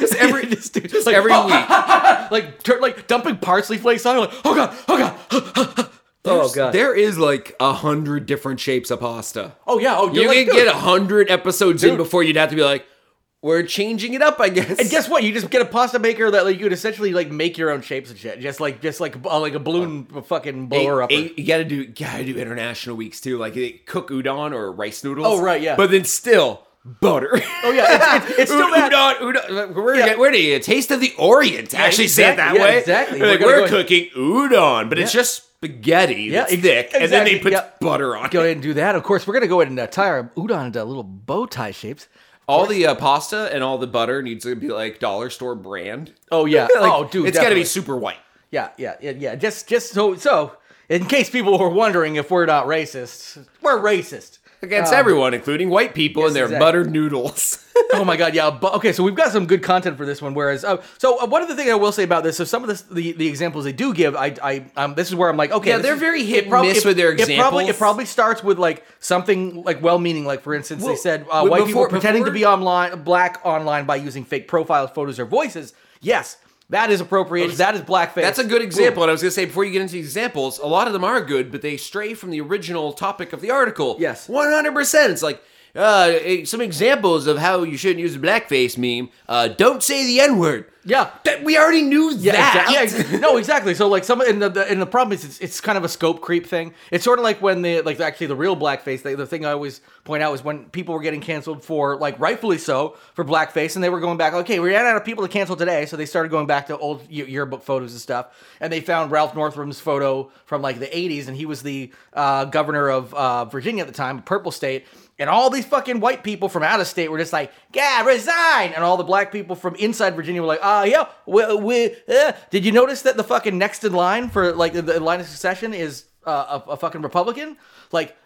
Just every, This dude- just like, every oh, week. like tur- like dumping parsley flakes on it, like, oh god, oh god, (laughs) (laughs) oh god. There is like a hundred different shapes of pasta. oh yeah, oh You like, can dude. get a hundred episodes in Dude. before you'd have to be like, we're changing it up, I guess. And guess what? You just get a pasta maker that like you would essentially like make your own shapes and shit. Just like just like uh, like a balloon fucking blower up. Eight- you gotta do gotta do international weeks too, like they cook udon or rice noodles. Oh, right, yeah. But then still butter. Oh yeah, it's, it's, it's (laughs) still U- bad. udon, udon. We're, Yeah. yeah. we're getting a taste of the Orient. to actually, say it that exactly, yeah, way. exactly. We're, We're like, gonna we're go ahead- cooking udon, but it's Yeah. just spaghetti that's ex- thick, and then they exactly, put yeah. butter on Go it. ahead and do that. Of course, we're gonna go ahead and uh, tie our udon into little bow tie shapes. All the uh, pasta and all the butter needs to be like dollar store brand. Oh (laughs) yeah. (laughs) Like, oh dude, it's gotta definitely. be super white. Yeah, yeah, yeah, yeah. Just just so so. In case people were wondering if we're not racist, we're racist. Against everyone, including white people and their Um, exactly. buttered noodles. (laughs) (laughs) oh my god, yeah. But, okay, so we've got some good content for this one. Whereas, uh, so uh, one of the things I will say about this, so some of this, the the examples they do give, I I um, this is where I'm like, okay, Yeah, this they're is- very it hit and miss it- with their It probably it examples. probably starts with like something like well-meaning, like for instance, Well, they said uh, well, white people before- pretending to before- be online black online by using fake profiles, photos, or voices. Yes, that is appropriation. That is blackface. That's a good example. And I was going to say, before you get into examples, a lot of them are good, but they stray from the original topic of the article. Yes. 100%. It's like, uh, eh, some examples of how you shouldn't use a blackface meme. Uh, don't say the N word. Yeah. That, we already knew Yeah, that. exactly. (laughs) Yeah, ex- no, exactly. So like some and the, the and the problem is it's, it's kind of a scope creep thing. It's sort of like when the like actually the real blackface. The, the thing I always point out is when people were getting canceled for like rightfully so for blackface, and they were going back. Okay, we ran out of people to cancel today, so they started going back to old y- yearbook photos and stuff, and they found Ralph Northam's photo from like the '80s, and he was the uh, governor of uh, Virginia at the time, purple state. And all these fucking white people from out of state were just like, "Yeah, resign!" And all the black people from inside Virginia were like, "Ah, yeah, we, we uh. did you notice that the fucking next in line for like the- the line of succession is uh, a, a fucking Republican? Like,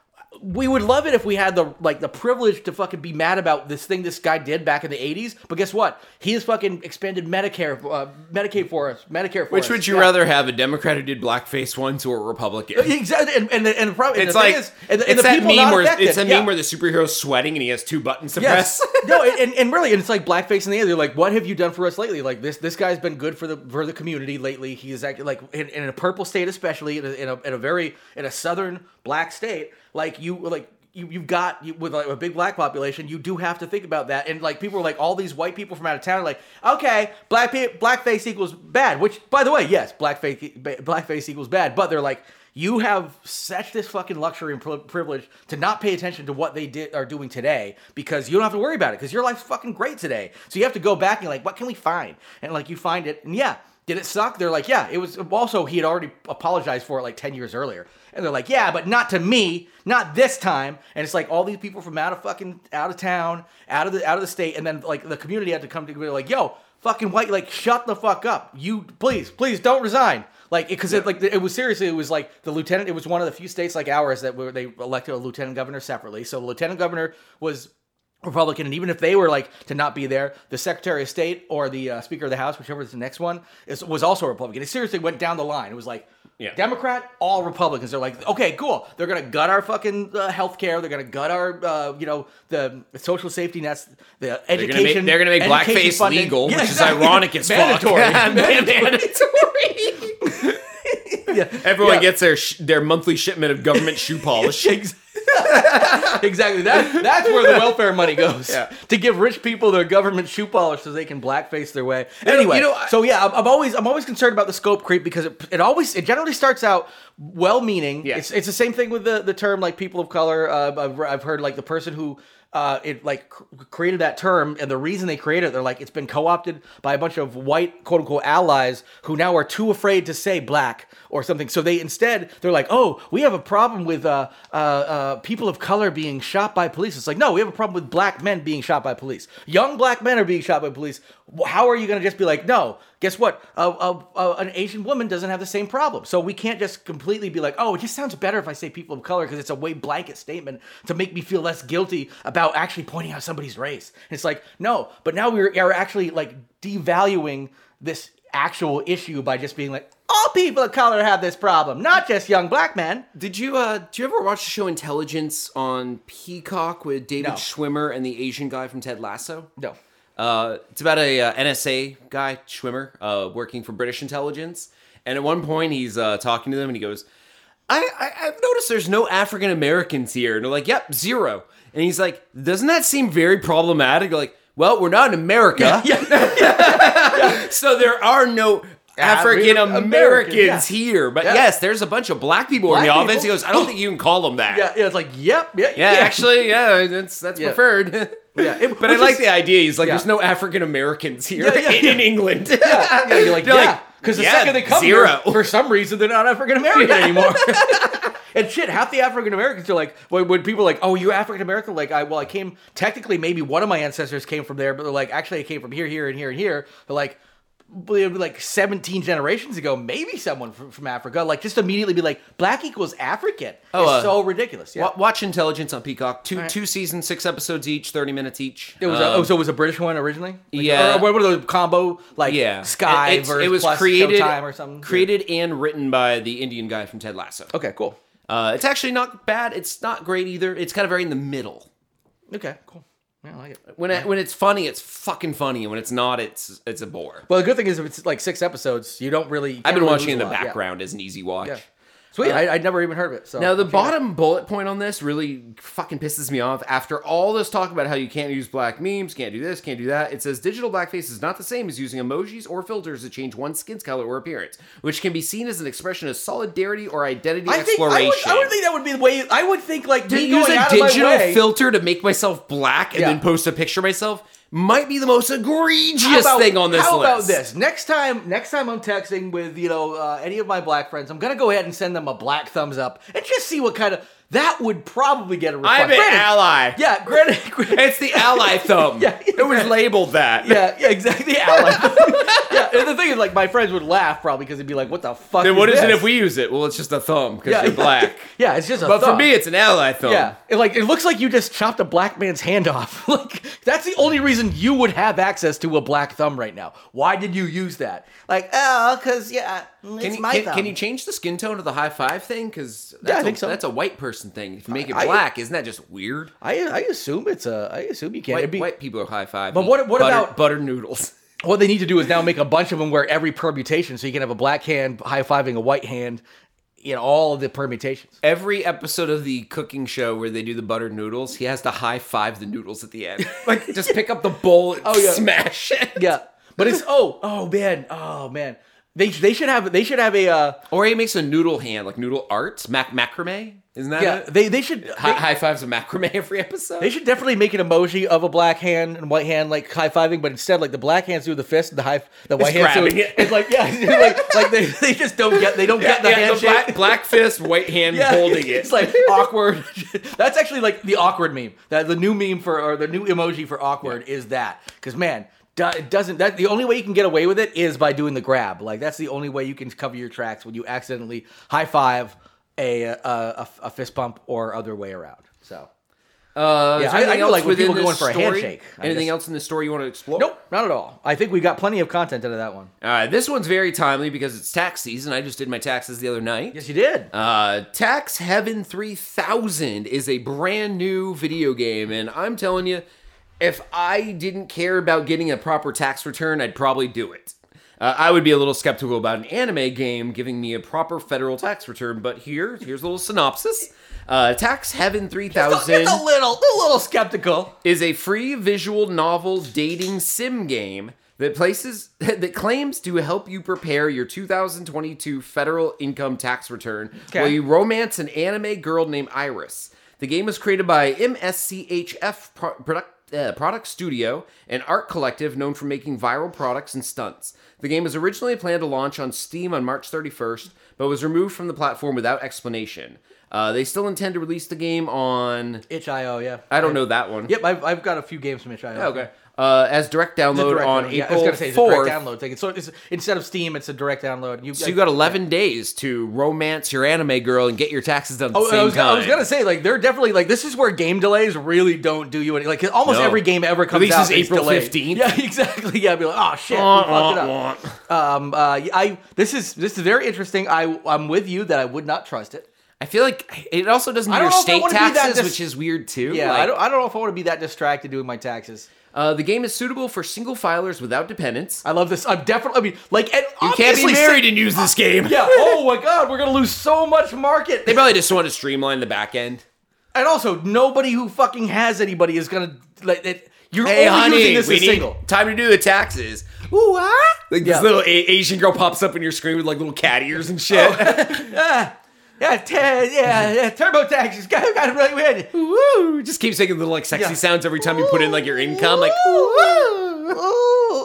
we would love it if we had the like the privilege to fucking be mad about this thing this guy did back in the '80s. But guess what? He has fucking expanded Medicare, uh, Medicaid for us, Medicare for us. Which would you Yeah. rather have, a Democrat who did blackface once or a Republican? Exactly, and and the, and the problem It's and the like thing is, and it's the, and the that people meme not where affected. it's a yeah. meme where the superhero's sweating and he has two buttons to Yes. press. (laughs) (laughs) no, and- and, and really, and it's like blackface in the end. They're like, what have you done for us lately? Like this this guy's been good for the for the community lately. He's act, like in, in a purple state, especially in a, in a in a very in a southern black state. Like you like. You, you've got you, with like a big black population you do have to think about that and like people are like all these white people from out of town are like okay black pe- blackface equals bad which by the way yes blackface ba- blackface equals bad but they're like you have such this fucking luxury and pri- privilege to not pay attention to what they did are doing today because you don't have to worry about it because your life's fucking great today. So you have to go back and you're like, what can we find? And like you find it, and yeah, did it suck? They're like, yeah, it was. Also, he had already apologized for it like ten years earlier, and they're like, yeah, but not to me, not this time. And it's like all these people from out of fucking out of town, out of the out of the state, and then like the community had to come together, like, yo, fucking white, like shut the fuck up. You please, please don't resign. Like, because it, like it was seriously, it was like the lieutenant. It was one of the few states like ours that were they elected a lieutenant governor separately. So the lieutenant governor was Republican, and even if they were like to not be there, the Secretary of State or the uh, Speaker of the House, whichever is the next one, is, was also Republican. It seriously went down the line. It was like Yeah. Democrat, all Republicans. They're like, okay, cool. They're gonna gut our fucking uh, health care. They're gonna gut our, uh, you know, the social safety nets, the They're education. gonna make, they're gonna make education blackface funding. legal, Yeah, (laughs) which exactly. is ironic (laughs) as Mandatory. (laughs) fuck. (laughs) Mandatory. Yeah. Everyone Yeah. gets their sh- their monthly shipment of government shoe polish. (laughs) Ex- exactly. That that's where the welfare money goes. Yeah. To give rich people their government shoe polish so they can blackface their way. Anyway, you know, I- so yeah, I'm, I'm always I'm always concerned about the scope creep because it, it always it generally starts out well-meaning. Yeah. It's it's the same thing with the the term like people of color. Uh, I've, I've heard like the person who. Uh, it like cr- created that term, and the reason they created it, they're like it's been co-opted by a bunch of white quote unquote allies who now are too afraid to say black or something. So they instead they're like, oh, we have a problem with uh, uh, uh, people of color being shot by police. It's like no, we have a problem with black men being shot by police. Young black men are being shot by police. Wh- How are you going to just be like, no? Guess what? Uh, uh, uh, an Asian woman doesn't have the same problem, so we can't just completely be like, oh, it just sounds better if I say people of color because it's a way blanket statement to make me feel less guilty about actually pointing out somebody's race. And it's like no, but now we're are actually like devaluing this actual issue by just being like all people of color have this problem, not just young black men. Did you uh do you ever watch the show Intelligence on Peacock with David No. Schwimmer and the Asian guy from Ted Lasso? No. Uh, it's about a uh, NSA guy, Schwimmer, uh, working for British intelligence. And at one point, he's uh, talking to them, and he goes, I, I, "I've noticed there's no African Americans here." And they're like, "Yep, zero. And he's like, "Doesn't that seem very problematic?" They're like, "Well, we're not in (laughs) America, (laughs) so there are no." African Americans Americans, yeah. here, but Yeah. yes, there's a bunch of black people in Black the office. He people? goes, I don't think you can call them that. Yeah, yeah, it's like, yep, yeah, Yeah, actually, yeah, that's that's Yeah. preferred. Yeah, (laughs) it- but I which like is- the idea. He's like, yeah. there's no African Americans here Yeah, yeah, in, (laughs) in England. (laughs) (laughs) Yeah, you're like, They're like, yeah, because the yeah, second they come zero. here, for some reason, they're not African (laughs) American anymore. (laughs) and shit, half the African Americans are like, when, when people are like, oh, you're African American, like, I well, I came technically, maybe one of my ancestors came from there, but they're like, actually, I came from here, here, and here, and here. They're like. but it'd be Like 17 generations ago, maybe someone from, from Africa, like just immediately be like, black equals African. Oh, uh, so ridiculous. Yeah. Wa- Watch Intelligence on Peacock. Two two seasons, six episodes each, thirty minutes each. Uh, It was a, oh, so it was a British one originally. Like, um, yeah. or what were those combo like? yeah, Sky It- it's- versus it was plus created Showtime or something. Created and written by the Indian guy from Ted Lasso. Okay, cool. Uh, it's actually not bad. It's not great either. It's kind of very in the middle. Okay, cool. Yeah, I like it. When it, when it's funny, it's fucking funny, and when it's not, it's it's a bore. Well, the good thing is if it's like six episodes, you don't really. you I've can't been really watching lose in a the lot. Yeah. background as an easy watch. Yeah. Sweet. I, I'd never even heard of it. So Now the check it out. bottom bullet point on this really fucking pisses me off. After all this talk about how you can't use black memes, can't do this, can't do that, it says digital blackface is not the same as using emojis or filters to change one's skin's color or appearance, which can be seen as an expression of solidarity or identity I think I exploration. would, I would think that would be the way. I would think like to me use going a out of my digital way- filter to make myself black and Yeah. then post a picture of myself might be the most How egregious about- thing on this how list. about this? Next time, next time I'm texting with you know uh, any of my black friends, I'm gonna go ahead and send them a black thumbs up and just see what kind of that would probably get a response. I'm an Granted- ally. Yeah, granted, (laughs) granted- It's the (laughs) ally thumb. Yeah, it was labeled that. Yeah, yeah, exactly. The ally. (laughs) yeah, and the thing is, like, my friends would laugh probably because they'd be like, "What the fuck?" Then what is it this?" if we use it? Well, it's just a thumb because Yeah, you're yeah. black. Yeah, it's just. (laughs) A But for thumb. me, it's an ally thumb. yeah, it, like it looks like you just chopped a black man's hand off. (laughs) like that's the only reason you would have access to a black thumb right now. Why did you use that? Like, oh, because yeah, it's Can you, my can, thumb. can you change the skin tone of the high five thing? Because Yeah, I a, think so. That's a white person thing. If you make it I- black, isn't that just weird? I I assume it's a. I assume you can't. White, It'd be- white people are high five. But what- what about- butter noodles? (laughs) What they need to do is now make a bunch of them where every permutation, so you can have a black hand high fiving a white hand, in all of the permutations. Every episode of the cooking show where they do the butter noodles, he has to high five the noodles at the end. (laughs) Like just pick up the bowl and Oh, yeah. smash it. Yeah, but it's oh oh man oh man they they should have they should have a uh, (laughs) Or he makes a noodle hand, like noodle art, mac macrame. Isn't that yeah it? they they should Hi- they, high fives of macrame (laughs) every episode. they should definitely make an emoji of a black hand and white hand like high fiving, but instead like the black hands do the fist, and the high the white hands do grabbing it. It's like yeah (laughs) like like they, they just don't get they don't get the handshake. black, black fist, (laughs) white hand Yeah, holding it. It's like awkward. (laughs) That's actually like the awkward meme. That the new meme for or the new emoji for awkward is that. Because man, do- it doesn't that the only way you can get away with it is by doing the grab. Like that's the only way you can cover your tracks when you accidentally high five a a, a, a fist bump or other way around. So Uh, is Yeah, I- there anything I know, else like, when within people go this in for a story? handshake, I Anything just- else in the story you want to explore? nope, not at all. I think we got plenty of content out of that one. Uh, this one's very timely because it's tax season. I just did my taxes the other night. Yes, you did. Uh, Tax Heaven 3000 is a brand new video game, and I'm telling you, if I didn't care about getting a proper tax return, I'd probably do it. Uh, I would be a little skeptical about an anime game giving me a proper federal tax return, but here, here's a little synopsis. Uh, Tax Heaven 3000 It's a little, a little skeptical. is a free visual novel dating sim game that places (laughs) that claims to help you prepare your 2022 federal income tax return Okay. while you romance an anime girl named Iris. The game was created by MSCHF Pro- Product. Uh, product studio, an art collective known for making viral products and stunts. The game was originally planned to launch on Steam on March 31st, but was removed from the platform without explanation. Uh, they still intend to release the game on. Itch.io, yeah. I don't know that one. Yep, I've, I've got a few games from itch.io. Okay. Uh, as direct download Direct on download, April yeah, I was gonna say it's a 4th. direct download thing. So it's, instead of Steam, it's a direct download. You, So you got 11 days to romance your anime girl and get your taxes done at the Oh, same I was, time. I was gonna say like they're definitely like this is where game delays really don't do you any like 'cause almost No. every game ever comes Releases out is April delayed. 15th. Yeah, (laughs) exactly. Yeah, I'd be like, oh shit, we Wah, fucked it wah, up. Um, uh, yeah, I this is this is very interesting. I I'm with you that I would not trust it. I feel like it also doesn't do don't your know if I state wanna be that taxes, dis- which is weird too. Yeah, I Like, don't I don't know if I want to be that distracted doing my taxes. uh, the game is suitable for single filers without dependents. I love this. I'm definitely. I mean, like, and You can't be obviously- married and use this game. (laughs) Yeah. Oh my God, we're gonna lose so much market. They probably just want to streamline the back end. And also, nobody who fucking has anybody is gonna like it. You're Hey, only honey, using this we as need single. time to do the taxes. Ooh, ah? Like this Yeah. little A- Asian girl pops up on your screen with like little cat ears and shit. Oh. (laughs) Yeah, t- yeah, yeah. TurboTax (laughs) just got, got it really weird. Woo! Just keeps making little like sexy Yeah. sounds every time you put in like your income. Like, ooh, ooh,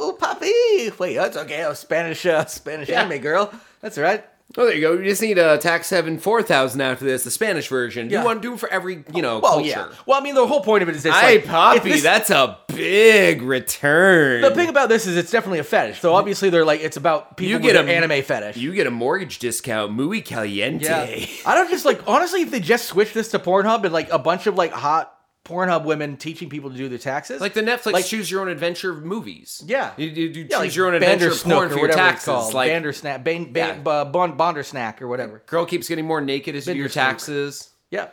ooh, puppy. Wait, that's okay. Oh, Spanish, uh, Spanish Yeah. anime girl. That's all right. oh, there you go. You just need a tax heaven four thousand after this, the Spanish version. Yeah. You want to do it for every you know Well, culture. yeah. Well, I mean, the whole point of it is this. Hey, like, if Poppy, this- that's a big return. the thing about this is it's definitely a fetish. So obviously they're like it's about people you with get an a anime fetish. You get a mortgage discount, muy caliente. Yeah. I don't just like honestly if they just switched this to Pornhub and like a bunch of like hot Pornhub women teaching people to do their (laughs) taxes. Like the Netflix Like- choose your own adventure movies. Yeah. you, you, you choose Yeah, like your own adventure Bandersnook porn for your taxes. Like Bandersnap, ban, ban, Yeah. uh, Bon- Bondersnack or whatever. girl keeps getting more naked as you do your Bandersnook. taxes. Yeah.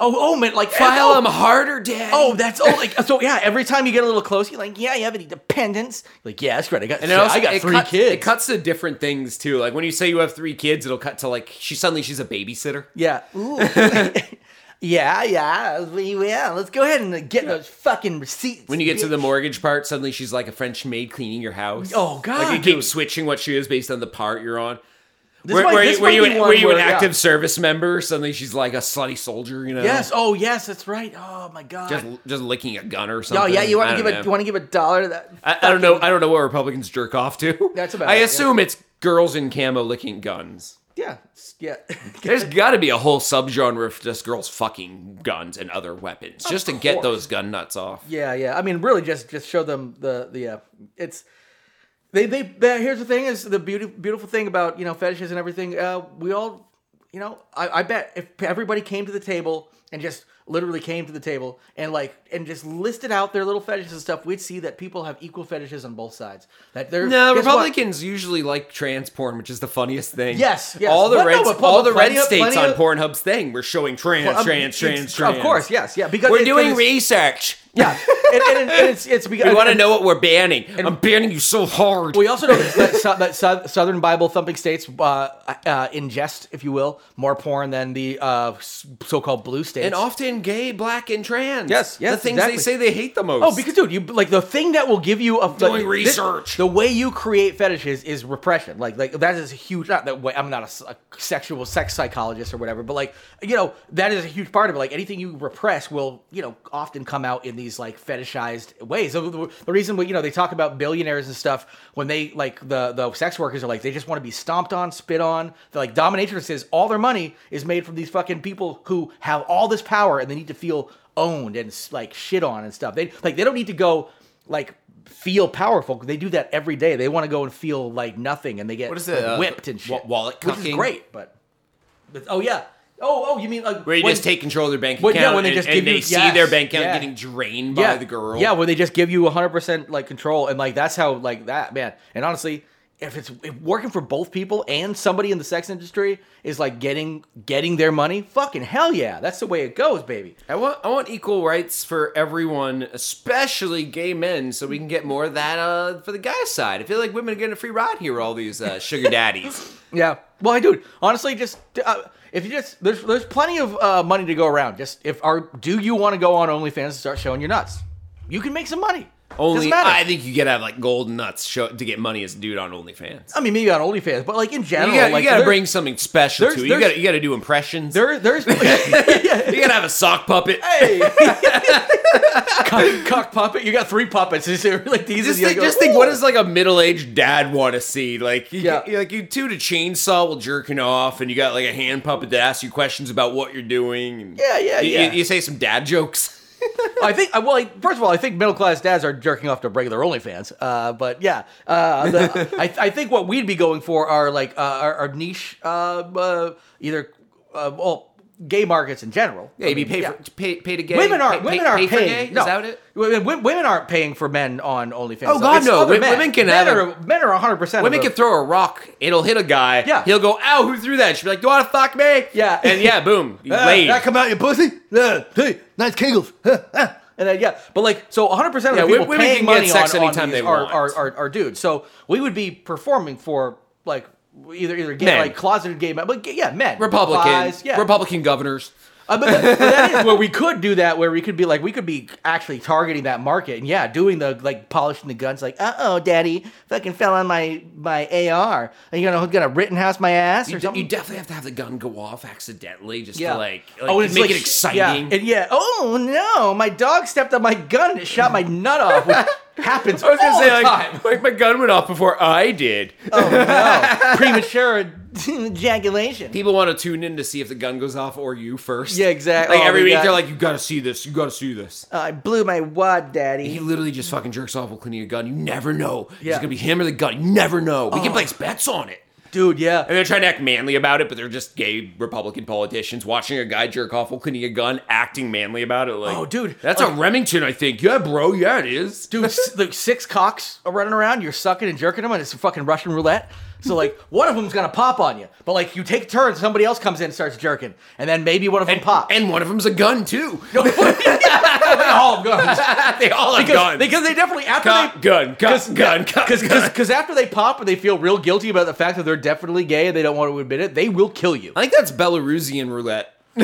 Oh, oh man, like File oh, them harder, Dad. (laughs) Oh, that's oh, like so. Yeah, every time you get a little close, you're like, yeah, you have any dependents? Like, yeah, that's right. I got, And shit, it also, I got it three cuts, kids. It cuts to different things too. Like when you say you have three kids, it'll cut to like she suddenly she's a babysitter. Yeah. Ooh. (laughs) yeah, yeah, we- yeah. Let's go ahead and uh, get those fucking receipts. When you get to the bitch. mortgage part, suddenly she's like a French maid cleaning your house. Oh, God, Like you keep dude. switching what she is based on the part you're on. This were, might- were this you, were might you be an, one were you an where- yeah. active service member? Suddenly she's like a slutty soldier. You know. Yes. Oh, yes. That's right. Oh my god. Just, just licking a gun or something. oh yeah. You want I to don't give a know. you want to give a dollar to that? I, I don't know. I don't know what Republicans jerk off to. That's about I it, yeah. assume it's girls in camo licking guns. Yeah. Yeah. (laughs) There's got to be a whole subgenre of just girls fucking guns and other weapons just to get course. those gun nuts off. Yeah, yeah. I mean, really, just just show them the the. Uh, it's they they. they- here's the thing: is the beauty beautiful thing about you know fetishes and everything. Uh, we all, you know, I, I bet if everybody came to the table and just literally came to the table and like and just listed out their little fetishes and stuff, we'd see that people have equal fetishes on both sides. That they're No, guess what? Republicans usually like trans porn, which is the funniest thing. Yes, yes. all the Well, no, red, but- but all the red plenty of- states plenty on of- Pornhub's thing were showing trans, Um, trans, it's- trans, trans. Of course, yes, yeah. Because we're it- 'cause doing it's- research. yeah, and, and, and it's it's because We want to know what we're banning. I'm banning you so hard. We also know that, that, sou- that sou- Southern Bible thumping states uh, uh, ingest, if you will, more porn than the uh, s- so-called blue states. and often gay, black, and trans. Yes, yes, the things exactly. they say they hate the most. oh, because dude, you like the thing that will give you a Doing like, research. the way you create fetishes is repression. Like, like that is a huge. Not that way. I'm not a s- a, sexual sex psychologist or whatever, but like you know that is a huge part of it. Like anything you repress will you know often come out in these like fetishized ways. So the, the reason we you know they talk about billionaires and stuff when they like the the sex workers are like they just want to be stomped on, spit on. They're like dominatrices. All their money is made from these fucking people who have all this power and they need to feel owned and like shit on and stuff. They like they don't need to go like feel powerful. They do that every day. They want to go and feel like nothing, and they get What is it, like, uh, whipped and wa- shit. wallet which is cucking? great. But, but- oh yeah, oh oh, you mean like Where you when- just take control of their bank Well, account yeah, when they and, just and give they you- see yes, their bank account yeah. getting drained yeah, by the girl. Yeah, where they just give you 100% like control and like that's how like that, man. And honestly, if it's if working for both people and somebody in the sex industry is like getting getting their money, fucking hell yeah. That's the way it goes, baby. I want I want equal rights for everyone, especially gay men, so we can get more of that uh, for the guy side. I feel like women are getting a free ride here with all these uh, sugar (laughs) daddies. Yeah. Well, I do. Honestly, just uh, if you just there's there's plenty of uh, money to go around. Just if our do you want to go on OnlyFans and start showing your nuts? You can make some money. Only Doesn't matter. I think you gotta have like gold nuts show, to get money as a dude on OnlyFans. I mean, maybe on OnlyFans, but like in general, You gotta, like you gotta there- bring something special there's- to it. You there's- gotta, you gotta do impressions. there, (laughs) there's you gotta have a sock puppet. (laughs) hey, (laughs) cock, cock puppet. You got three puppets. Is it like these? Just you think, go, just think, what "Ooh." does like a middle-aged dad want to see? Like, you, Yeah. like you two to chainsaw while jerking off, and you got like a hand puppet that asks you questions about what you're doing. and Yeah, yeah, you, you- yeah. You say some dad (laughs) jokes. I think. I- Well, like, first of all, I think middle class dads are jerking off to regular OnlyFans. Uh, but yeah, uh, the, (laughs) I, I think what we'd be going for are like uh, our, our niche, uh, uh, either uh, well, gay markets in general. Yeah, you be paid for, pay, pay to gay. Women aren't. pay, women pay- aren't pay paying. For gay? No. Is that it? Women, women- women aren't paying for men on OnlyFans. Oh, God, It's no. other Wo- men. women can men have- Are, men are 100. percent Women can throw a rock. It'll hit a guy. Yeah. He'll go, ow, who threw that? She'll be like, do you want to fuck me? Yeah. And yeah, (laughs) boom. you Ah, laid. that come out your pussy. Ah, hey, (laughs) nice kegels. Ah, ah. And then yeah, but like so, 100 percent Yeah, of the people women can paying get money sex on, on anytime they these are, want. Are, are, are dudes. So we would be performing for like either either gay, Men. like closeted gay men, but g- yeah, men, Republican. Guys, yeah. Republican governors. Uh, but that- (laughs) but that is where we could do that, where we could be like, we could be actually targeting that market, and yeah, doing the like polishing the guns, like, uh oh, daddy, fucking fell on my my AR. Are you gonna gonna Rittenhouse my ass or You, something? you definitely have to have the gun go off accidentally just Yeah. to like, like Oh, oh, and it's make like- it exciting. Yeah. And yeah. Oh no, my dog stepped on my gun and it shot my nut off. (laughs) Which happens I was gonna all say the like, time. (laughs) like my gun went off before I did. Oh (laughs) no, premature (laughs) ejaculation. People want to tune in to see if the gun goes off or you first. Yeah, exact- Like oh, every we week got- they're like, you gotta see this, you gotta see this. I blew my wad, He daddy. literally just fucking jerks off while cleaning a gun. You never know. Yeah. It's gonna be him or the gun. You never know. We can place bets on it. Dude, yeah. And they're trying to act manly about it, but they're just gay Republican politicians watching a guy jerk off while cleaning a gun, acting manly about it. Like, Oh, dude, that's a like- Remington, I think. Yeah, bro. Yeah, it is. Dude, s- like six cocks are running around. You're sucking and jerking them, and it's a fucking Russian roulette. (laughs) So like, one of them's gonna pop on you, but like, you take turns. Somebody else comes in and starts jerking, and then maybe one of them And, pops. and one of them's a gun too. (laughs) they all guns. they all have Because, guns. because they definitely after Cock, they gun, cock, gun, cock, (laughs) gun. because after they pop and they feel real guilty about the fact that they're definitely gay and they don't want to admit it, they will kill you. I think that's Belarusian roulette. (laughs)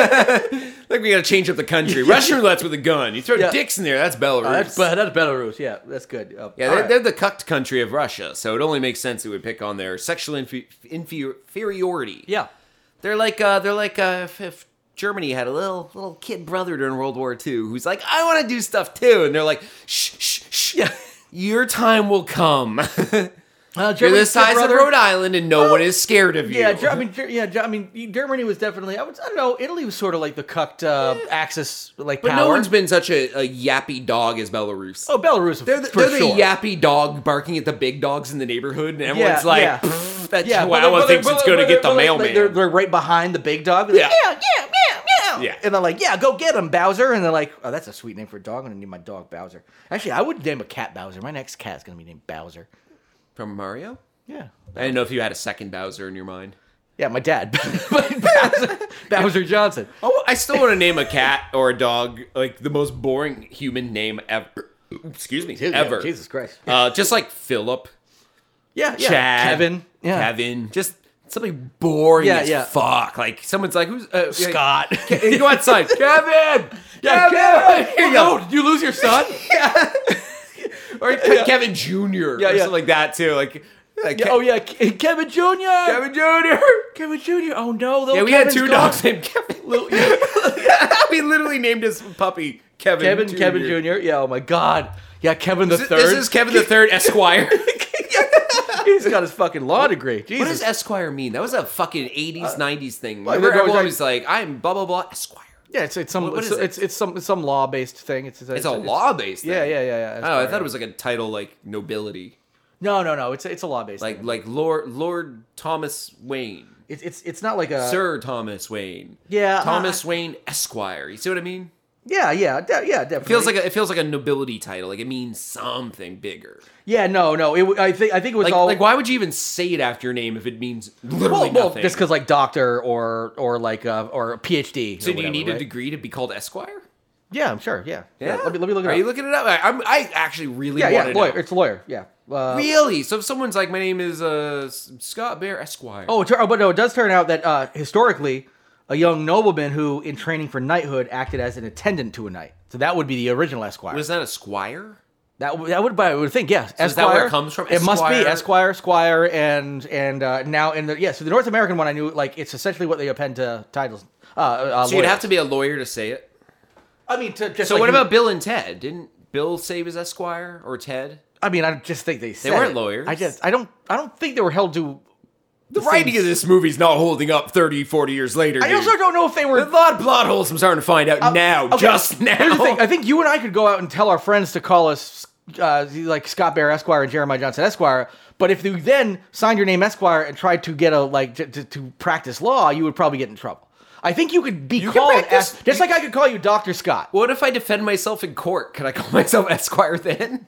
like we gotta change up the (laughs) country. Russian roulette's with a gun. You throw Yeah. Oh, dicks in there, that's Belarus. That's, but that's Belarus. Yeah, that's good. Uh, yeah, all they're, right. they're the cucked country of Russia, so it only makes sense it would pick on their sexual infe- infe- inferiority. yeah. they're like uh, they're like uh, if, if Germany had a little little kid brother during World War II who's like, I want to do stuff too, and they're like, shh, shh, shh. Yeah. Your time will (laughs) come. Uh, You're Germany's the size brother- Oh. of Rhode Island, and no one is scared of you. Yeah, Ger- I mean, Ger- yeah, Ger- I mean, Germany was definitely. I, would, I don't know. Italy was sort of like the cucked uh, Axis like but power. no one's been such a, a yappy dog as Belarus. oh, Belarus. They're the, for they're sure. the yappy dog barking at the big dogs in the neighborhood, and everyone's Yeah, like, yeah. "Pff, "That Yeah, but they're- chihuahua but thinks they're- it's but going to they're- get but the they're- mailman." They're, they're right behind the big dog. They're like, Yeah. yeah, yeah, meow, meow. Yeah. And they're like, yeah, go get him, Bowser. And they're like, oh, that's a sweet name for a dog. I'm gonna name my dog Bowser. Actually, I would name a cat Bowser. My next cat's gonna be named Bowser. From Mario? Yeah. I didn't know if you had a second Bowser in your mind. Yeah, my dad. (laughs) But Bowser, Bowser Johnson. Oh, I still want to name a cat or a dog like the most boring human name ever. Excuse me, ever. Jesus Christ. Uh, just like Philip, Yeah, yeah. Chad, Kevin. Yeah. Kevin, just something boring Yeah, as yeah. fuck. Like someone's like, "Who's uh, (laughs) Scott. Hey, go (laughs) outside, Kevin. Yeah, Kevin. Here you go. Oh, no, did you lose (laughs) your son? or Kevin Junior, Yeah, or yeah. something like that too. Like, like Yeah, oh yeah, Ke- Kevin Jr. Kevin, Kevin Junior. Jr. Oh no, little Yeah, we Kevin's had two gone. dogs named Kevin. (laughs) Little- yeah. we literally named his puppy Kevin. Kevin, Jr. Kevin Jr. Yeah, oh my God. Yeah, Kevin the This, third. this (laughs) is Kevin the Third (laughs) Esquire. He's got his fucking law degree. Jesus. Esquire mean? That was a fucking eighties, nineties thing. Remember, everyone was like, "I'm blah blah blah Esquire." Yeah, it's it's some What- what it's, is it? it's it's some it's some law based thing. It's it's, It's a law based. Yeah, yeah, yeah, yeah. That's Oh, I correct. thought it was like a title like nobility, No, no, no. It's it's a law based. Like like like Lord Lord Thomas Wayne, it's it's it's not like a Sir Thomas Wayne. Uh, Yeah, uh, Thomas Wayne Esquire. You see what I mean? Yeah, yeah, de- yeah. Definitely It feels like a, it feels like a nobility title. Like it means something bigger. yeah. No, no. It, w- I think I think it was Like all like why would you even say it after your name if it means literally well, well, nothing? just because like doctor or or like uh, or a PhD. so or do you whatever, need a right? degree to be called Esquire? Yeah, I'm sure. Yeah, yeah. Let me let me look it Are up. you looking it up? I, I'm, I actually really yeah, want yeah. to Lawyer. know. It's a lawyer. Yeah. Uh, Really? So if someone's like, my name is uh, S- Scott Bear Esquire. Oh, it tur- oh, but no, it does turn out that uh, historically, a young nobleman who, in training for knighthood, acted as an attendant to a knight. So that would be the original esquire. was that a squire? that w- that would, but I would think, yes, esquire. is that where it comes from? It must be Esquire? esquire, squire, and and uh, now in the yeah. So the North American one, I knew like it's essentially what they append to titles. Uh, uh, So you'd lawyer. have to be a lawyer to say it. I mean, to just So like what you- about Bill and Ted? Didn't Bill say he was Esquire or Ted? I mean, I just think they said weren't it. lawyers. I just I don't I don't think they were held to. The writing of this movie's not holding up 30, 40 years later. I also don't know if they were a lot of plot holes I'm starting to find out now, Okay, just now. Here's the (laughs) thing. I think you and I could go out and tell our friends to call us uh, like Scott Bear Esquire and Jeremiah Johnson Esquire. But if you then signed your name Esquire and tried to get a like to, to, to practice law, you would probably get in trouble. I think you could be You can called practice- Es- just like I could call you Doctor Scott. what if I defend myself in court? Can I call (laughs) myself Esquire then?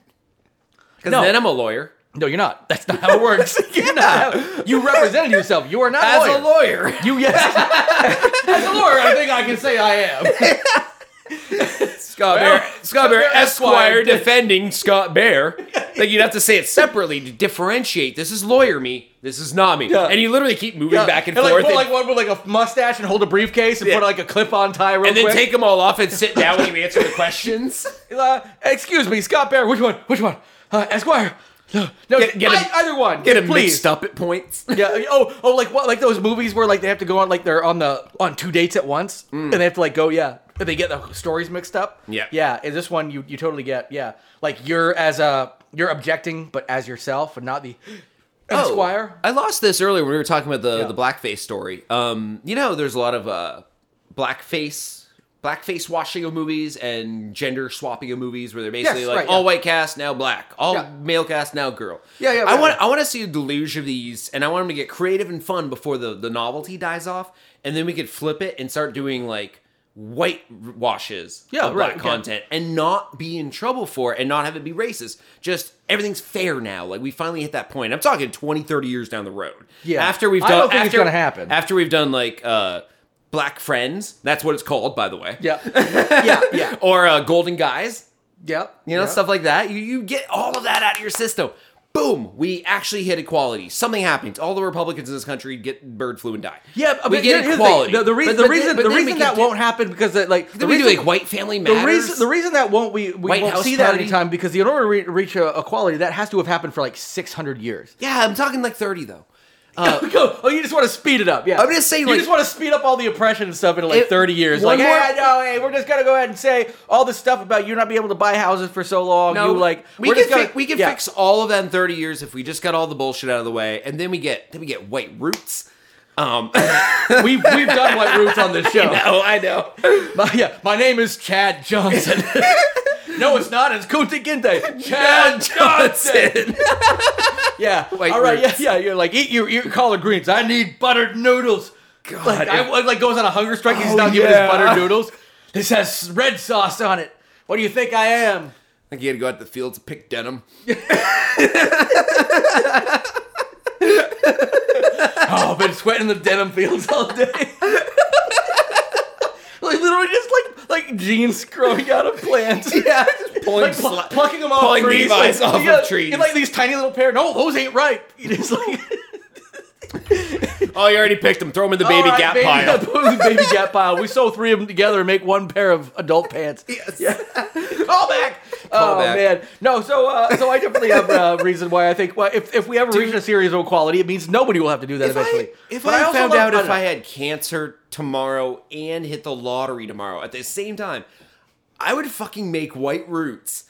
Because No. then I'm a lawyer. No, you're not. That's not how it (laughs) works. You're not. You represented yourself. You are not As a lawyer. a (laughs) lawyer. You yes. (laughs) As a lawyer, I (laughs) think I can say I am. (laughs) Scott Bear, Well, Scott Bear Esquire Esquire did- defending Scott Bear. Like you'd have to say it separately to differentiate. This is lawyer me. This is not me. And you literally keep moving back and, like, forth, pull, and, like one with like a mustache and hold a briefcase and Yeah. put like a clip-on tie real and then quick. take them all off and sit down when you answer the (laughs) questions. Uh, excuse me, Scott Bear. Which one? Which one? Uh, Esquire. No, no Get- get ei- him- either one. Get them please. mixed up at (laughs) points. Yeah. Oh, oh, like what? Like those movies where like they have to go on like they're on the on two dates at once, and they have to like go. Yeah, and they get the stories mixed up. Mm. Yeah. Yeah. And this one, you you totally get. Yeah. Like you're as a you're objecting, but as yourself, and not the (gasps) Oh. Esquire. I lost this earlier when we were talking about the Yeah. the blackface story. Um, you know, there's a lot of uh, blackface blackface washing of movies and gender swapping of movies where they're basically Yes, like right, all yeah. white cast now black, all Yeah. male cast now girl. Yeah, yeah, I right, want right. I want to see a deluge of these, and I want them to get creative and fun before the the novelty dies off, and then we could flip it and start doing like white washes Yeah, of right, black okay. content and not be in trouble for it and not have it be racist. Just everything's fair now. Like we finally hit that point. I'm talking 20, 30 years down the road. Yeah. After we've I done don't think it's after, gonna happen. After we've done like uh Black Friends, that's what it's called, by the way. (laughs) Yeah. yeah. Yeah. Or uh, Golden Guys, Yeah. you know, yeah. stuff like that. You you get all of that out of your system. Boom! We actually hit equality. Something happens. All the Republicans in this country get bird flu and die. Yeah, but we here's get the thing. equality. The, the But- reason, but the reason, then- but the then we reason can that do- won't happen because that, like Then the we reason, do like White Family Matters. The reason, the reason that won't we, we White won't House see that party. anytime because in order to re- reach uh, equality, that has to have happened for like 600 years. yeah, I'm talking like 30 though. (laughs) Go- oh, you just want to speed it up, yeah. Uh, I'm just saying, you like- just want to speed up all the oppression and stuff into like It- 30 years. one Like, more- hey, no, hey, we're just gonna go ahead and say all this stuff about you not being able to buy houses for so long. No, you like we we're can just gonna- fi- we can yeah. (laughs) fix all of that in 30 years if we just got all the bullshit out of the way, and then we get then we get white roots. Um, (laughs) We've we've done white roots on this show. oh, (laughs) I know. (laughs) My, yeah, my name is Chad Johnson. (laughs) no, it's not. It's Kunta Kinte. Chad Johnson. Yeah. White All right. roots. Yeah. Yeah. You're like eat your, your collard greens. I need buttered noodles. God, Like, I, if- I, like goes on a hunger strike. He's Oh, not giving yeah. us buttered noodles. This has red sauce on it. What do you think I am? Like you had to go out to the field to pick denim. Oh, (laughs) I've been sweating the denim fields all day. (laughs) like literally just like like jeans growing out of (laughs) plants. Yeah, Like pl- plucking them off pulling trees, Levi's like, off yeah, of trees. and, like these tiny little pair. No, those ain't ripe. (laughs) You just like oh, you already picked them. Throw them in the All baby right, gap baby, pile. (laughs) put the baby gap (laughs) pile. We sew three of them together and make one pair of adult pants. Call back. (laughs) Call oh back. man, no. So, uh, so I definitely have a (laughs) reason why I think well, if if we ever reach a series of equality, it means nobody will have to do that If eventually. I, if But I, also found love- out I if don't I know. had cancer tomorrow and hit the lottery tomorrow at the same time, I would fucking make white roots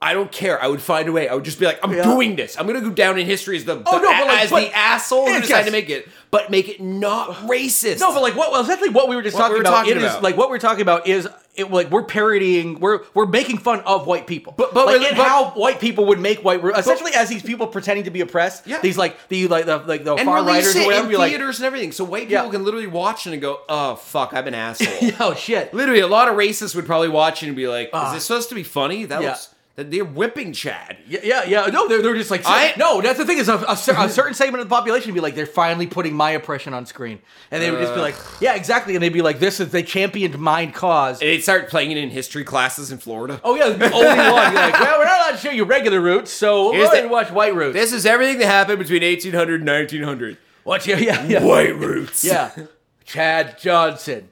I don't care. I would find a way. I would just be like, I'm Yeah. Oh, doing this. I'm gonna go down in history as the, the- no, but like- as but- the asshole Yeah, who decided yes. to make it, but make it not racist. (sighs) No, but like what well, exactly what we were just What talking, we were about, talking it is- about. like what we're talking about is it like we're parodying we're we're making fun of white people. But- but- like, but- and but- how white people would make white essentially as these people pretending to be oppressed. Yeah. These like the like the like the and far release righters it or whatever in you're like theaters and everything, so white Yeah. people can literally watch it and go, "Oh fuck, (laughs) I'm an asshole." (laughs) Oh shit. Literally, a lot of racists would probably watch it and be like, Ah. "Is this supposed to be funny?" That Yeah. looks that they're whipping Chad. Yeah, yeah, yeah. No, they're, they're just like I- no. That's the thing is a, a, cer- a certain segment of the population would be like they're finally putting my oppression on screen, and they would just be like, yeah, exactly, and they'd be like, this is they championed mine cause. And they'd start playing it in history classes in Florida. oh yeah, only (laughs) one. You're like, well, we're not allowed to show you regular roots, so Here's we're going the- to watch white roots. This is everything that happened between 1800 and 1900. Watch yeah, yeah, yeah. White Roots. Yeah. Chad Johnson.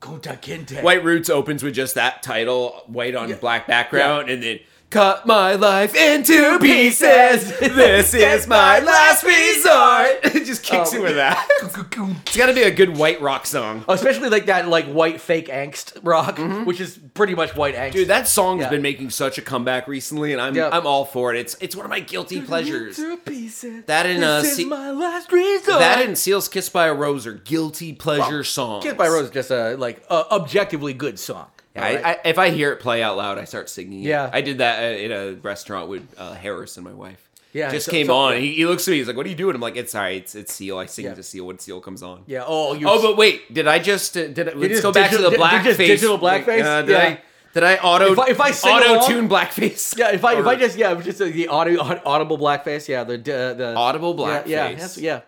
Kunta Kinte. White Roots opens with just that title, white on black background, and then cut my life into pieces. (laughs) this is my last resort. (laughs) It just kicks Oh. you with that. (laughs) It's got to be a good white rock song. Especially like that like white fake angst rock, which is pretty much white angst. Mm-hmm. Dude, that song's Yeah. been making such a comeback recently, and I'm Yep. I'm all for it. It's it's one of my guilty pleasures. Two pieces. That and, uh, this see- is my last resort. That and Seals Kiss by a Rose are guilty pleasure songs. Kissed by Rose is just a like a objectively good song. I, Alright? I, if I hear it play out loud, I start singing. it. Yeah. I did that uh, in a restaurant with uh, Harris and my wife. Yeah, just so- came so- on. He, he looks at me. He's like, "What are you doing?" I'm like, "It's all right. It's, it's Seal. I sing Yeah. to Seal when Seal comes on." yeah. Oh, you. Oh, but wait, did I just uh, did? I, let's just go back digital- to the did- did you blackface. just digital blackface? Uh, did Yeah. I did I auto If I- if I sing auto along- tune blackface? yeah. If I if Or I just yeah if just uh, the audio aud- audible blackface yeah the uh, the audible yeah blackface, yeah that's, yeah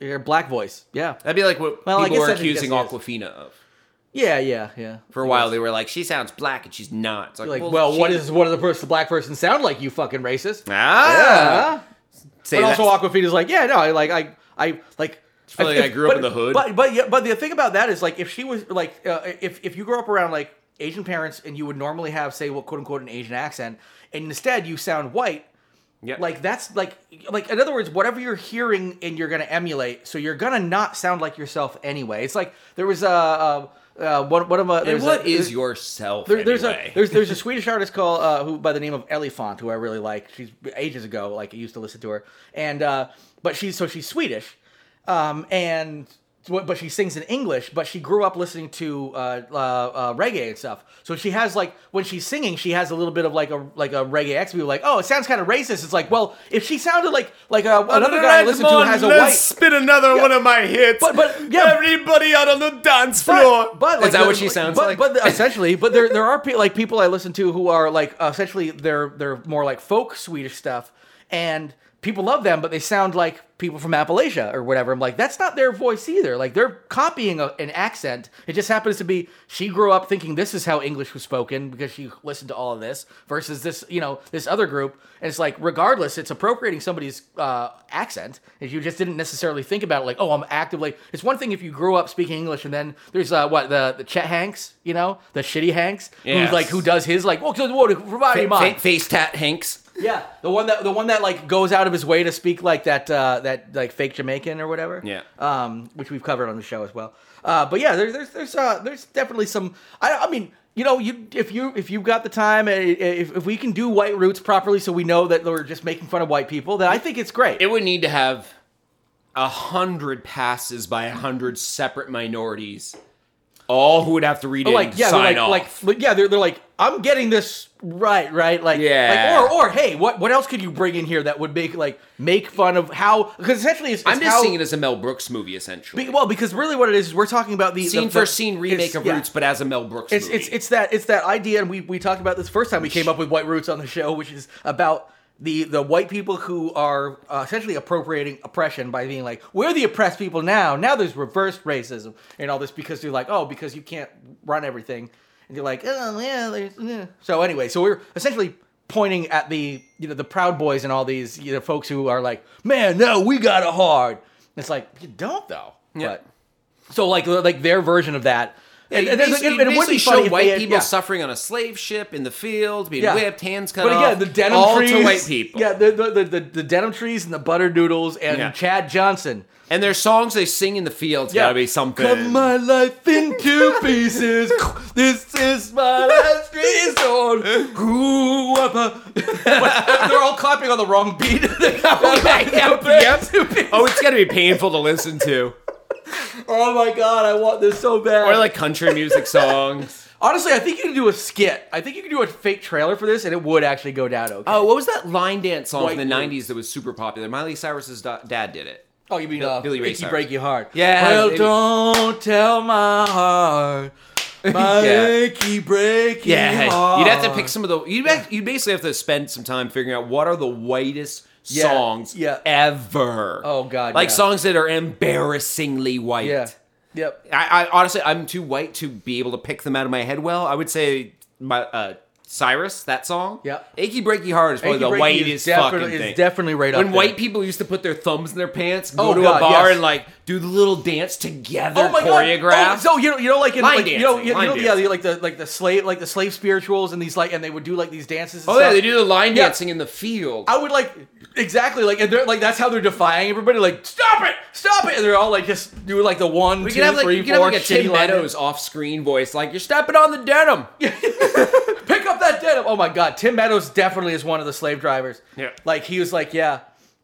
your black voice yeah that'd be like what Well, I people guess were that- accusing yes, yes. Aquafina of. yeah yeah yeah. For a while, they were like, "She sounds black and she's not." It's like, like well what she- is what does the person black person sound like you fucking racist? ah? Yeah. Say but that- also Aquafina's like, yeah, no, I like I I like. probably I grew up but, in the hood. But but yeah, but the thing about that is like if she was like uh, if if you grew up around like Asian parents and you would normally have say what quote unquote an Asian accent and instead you sound white. Yeah. Like that's like like in other words, whatever you're hearing and you're gonna emulate, so you're gonna not sound like yourself anyway. It's like there was a uh, uh, one one of my And there's what a, is yourself? there- there's anyway? a there's (laughs) there's a Swedish artist called uh, who by the name of Elifant who I really like. She's ages ago, like I used to listen to her, and uh, but she's so she's Swedish, um, and but she sings in English. But she grew up listening to uh, uh, uh, reggae and stuff. So she has like when she's singing, she has a little bit of like a like a reggae X. People are like, oh, it sounds kind of racist. It's like, well, if she sounded like like uh, another guy I Alright, listen come to on, has a let's white. spin another one of my hits. But- but, yeah. everybody out on the dance floor. But, but is like, that the- what she sounds but, like? But (laughs) the- essentially, but there there are pe- like people I listen to who are like uh, essentially they're they're more like folk Swedish stuff, and people love them, but they sound like people from Appalachia or whatever. I'm like, that's not their voice either. Like they're copying a, an accent. It just happens to be she grew up thinking this is how English was spoken because she listened to all of this versus this you know this other group. And it's like regardless, it's appropriating somebody's uh, accent if you just didn't necessarily think about it. Like oh, I'm actively. It's one thing if you grew up speaking English and then there's uh, what the the Chet Hanks, you know, the shitty Hanks, Yes. who's like who does his like what what providing mine. Fa- face tat Hanks. Yeah, the one that the one that like goes out of his way to speak like that uh, that like fake Jamaican or whatever. Yeah. Um, which we've covered on the show as well. Uh, but yeah, there's there's there's uh, there's definitely some. I, I mean, you know, you if you if you've got the time, and if, if we can do white roots properly, so we know that we're just making fun of white people, then I think it's great. It would need to have a hundred passes by a hundred separate minorities, all who would have to read it Oh, like and yeah, they're sign like, off. like like yeah, they're, they're like I'm getting this right, right? Like Yeah. like, or or hey, what what else could you bring in here that would make like make fun of how? Because essentially, it's, it's I'm just how, seeing it as a Mel Brooks movie, essentially. Be- well, because really, what it is, is we're talking about the the- scene the- for scene remake it's- of yeah. Roots, but as a Mel Brooks It's movie. it's it's that it's that idea, and we we talked about this first time we came up with White Roots on the show, which is about the the white people who are uh, essentially appropriating oppression by being like we're the oppressed people now. Now there's reverse racism and all this because they're like oh because you can't run everything, and you're like oh yeah. there's- yeah." So anyway, so we're essentially pointing at the you know the Proud Boys and all these you know folks who are like man no we got it hard. It's like you don't though. Yeah. But so like like their version of that And, And- and basically, it- it would basically be funny show if white they had- people yeah. suffering on a slave ship in the fields, being Yeah. whipped, hands cut But off. again, the denim all trees, to white people. Yeah, the the, the, the the denim trees and the butter noodles and Yeah. Chad Johnson. And their songs they sing in the fields gotta be something. Cut my life in (laughs) two pieces. this is my last resort. Ooh, wappa. But they're all clapping on the wrong beat. (laughs) (laughs) Oh, it's gotta be painful to listen to. Oh my god, I want this so bad. Or like country (laughs) music songs. Honestly, I think you could do a skit. I think you could do a fake trailer for this, and it would actually go down okay. Oh, what was that line dance song White from the Room. '90s that was super popular? Miley Cyrus's da- dad did it. Oh, you mean Bill- uh, Billy Ray Icky Cyrus. Break Your Heart. Yeah, Well, it- don't tell my (laughs) heart. My Yeah. achy, breaky Yeah, heart. you'd have to pick some of the. You'd, have, you'd basically have to spend some time figuring out what are the whitest Yeah, songs yeah. ever. Oh, God, like yeah. songs that are embarrassingly white. Yeah. Yep. I, I honestly, I'm too white to be able to pick them out of my head. Well, I would say my uh, Cyrus that song. Yeah. achy breaky heart is probably Achy the Breaky whitest defi- fucking is thing. definitely right when up white there. people used to put their thumbs in their pants, go Oh, to a God, bar yes. and like do the little dance together, Oh my choreographed. god! Oh, so you know, you know, like in Line like, you know, dancing, you, you line know, yeah, dancing. like the like the slave, like the slave spirituals, and these like, and they would do like these dances. And oh stuff. yeah, they do the line Yeah. dancing in the field. I would like exactly like, and they're like that's how they're defying everybody. Like, stop it, stop it, and they're all like just doing like the one, We can have like, we can have like a Tim Meadows off screen voice, like, you're stepping on the denim. (laughs) Pick up that denim. Oh my god, Tim Meadows definitely is one of the slave drivers. Yeah. Like he was like, yeah.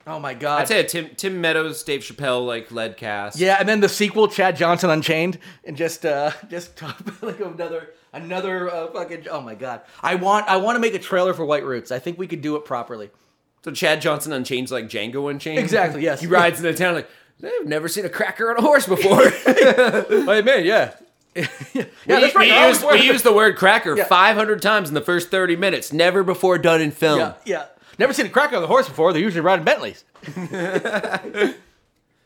Oh my god. I'd say a Tim, Tim Meadows, Dave Chappelle, like, lead cast. Yeah, and then the sequel, Chad Johnson Unchained, and just uh (laughs) just talk about like another another uh, fucking oh my god. I want I want to make a trailer for White Roots. I think we could do it properly. So Chad Johnson unchains like Django Unchained. Exactly, yes. He rides into town like, I've never seen a cracker on a horse (laughs) before. I mean, yeah. (laughs) yeah, we, that's right. we I always used, wanted we to- used the word cracker Yeah. 500 times in the first 30 minutes, never before done in film. Yeah, yeah. Never seen a cracker on the horse before. They're usually riding (laughs) Bentleys.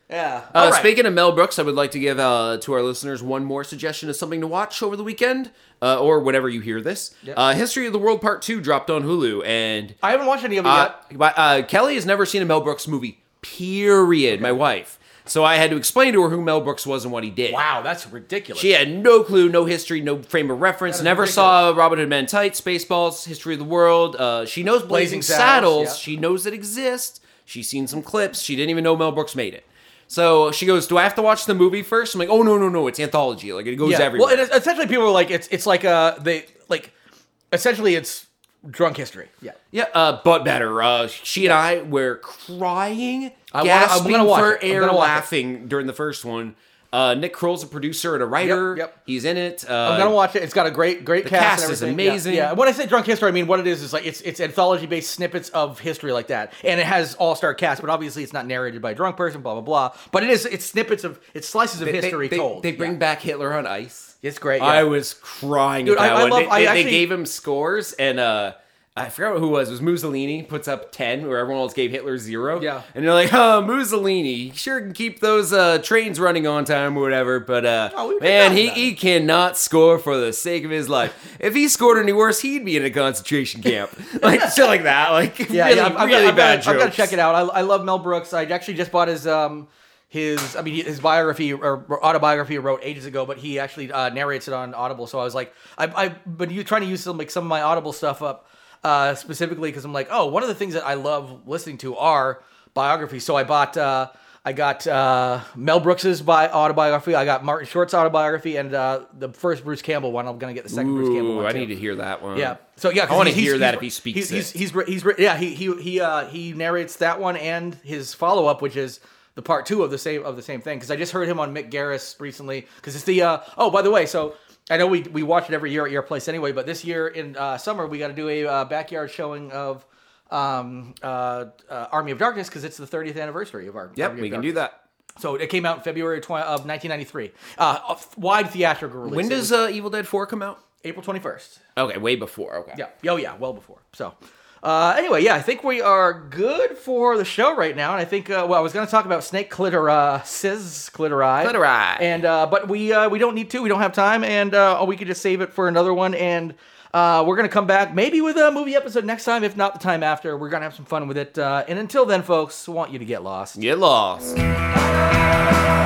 yeah. Uh, All right. Speaking of Mel Brooks, I would like to give uh, to our listeners one more suggestion of something to watch over the weekend uh, or whenever you hear this. Yep. Uh, History of the World Part 2 dropped on Hulu, and I haven't watched any of it Uh, yet. but, uh, Kelly has never seen a Mel Brooks movie, period, my wife. So I had to explain to her who Mel Brooks was and what he did. Wow, that's ridiculous. She had no clue, no history, no frame of reference. That is Never saw Robin Hood Men in Tights, Spaceballs, History of the World. Uh, she knows Blazing, Blazing Saddles. Saddles, yeah. She knows it exists. She's seen some clips. She didn't even know Mel Brooks made it. So she goes, "Do I have to watch the movie first? I'm like, "Oh no, no, no! It's anthology. Like it goes everywhere." Well, it, essentially, people are like, it's it's like uh they like, essentially, it's drunk history. Yeah. Yeah, uh, but better. Uh, she and I were crying, I wanna- I'm gasping gonna watch for it. I'm air, gonna watch it. laughing during the first one. Uh, Nick Kroll's a producer and a writer. yep. He's in it. Uh, I'm gonna watch it. It's got a great, great the cast. cast and is everything. Yeah, amazing. Yeah. When I say drunk history, I mean what it is is like it's it's anthology based snippets of history like that, and it has all star cast, but obviously it's not narrated by a drunk person. Blah blah blah. But it is it's snippets of it's slices of they- history they, told. They, bring Yeah. back Hitler on ice. It's great, I yeah. was crying Dude, at I- that I one. love- they, I they- they actually- gave him scores, and uh, I forgot who it was. It was Mussolini puts up ten, where everyone else gave Hitler zero. Yeah. and they're like, "Oh, Mussolini he sure can keep those uh, trains running on time or whatever." But uh, Oh, we were man, talking he about he cannot score for the sake of his life. if he scored any worse, he'd be in a (laughs) concentration camp, like shit like that. Like (laughs) yeah, really, yeah, I've, I've really got, I've, bad got, I've got to jokes. check it out. I, I love Mel Brooks. I actually just bought his um his I mean his biography or autobiography he wrote ages ago, but he actually uh, narrates it on Audible. So I was like, I I but you trying to use some like some of my Audible stuff up uh, specifically because I'm like, oh, one of the things that I love listening to are biographies. So I bought. Uh, I got uh, Mel Brooks's bi- autobiography. I got Martin Short's autobiography, and uh, the first Bruce Campbell one. I'm gonna get the second Bruce Campbell Ooh, one. I too. need to hear that one. Yeah. So yeah, 'cause I want to he's- he's- hear that he's- if he speaks He's it. he's, he's, re- he's re- yeah he he he uh, he narrates that one and his follow up, which is the part two of the same of the same thing. Because I just heard him on Mick Garris recently. Because it's the uh, oh by the way, so I know we we watch it every year at your place anyway, but this year in uh, summer we got to do a uh, backyard showing of um uh, uh Army of Darkness because it's the 30th anniversary of our yep, Army of we can Darkness. do that. So it came out in February 20, of 1993, uh, a f- wide theatrical release. When It does was uh, Evil Dead 4 come out? April 21st? Okay, way before. Okay. Yeah. Oh yeah. Well before. So. Uh, anyway, yeah, I think we are good for the show right now, and I think uh, well, I was going to talk about snake clitori, cis clitori, Clitori. and uh, but we uh, we don't need to, we don't have time, and uh, we could just save it for another one, and uh, we're going to come back maybe with a movie episode next time, if not the time after. We're going to have some fun with it, uh, and until then, folks, want you to get lost. Get lost. Thank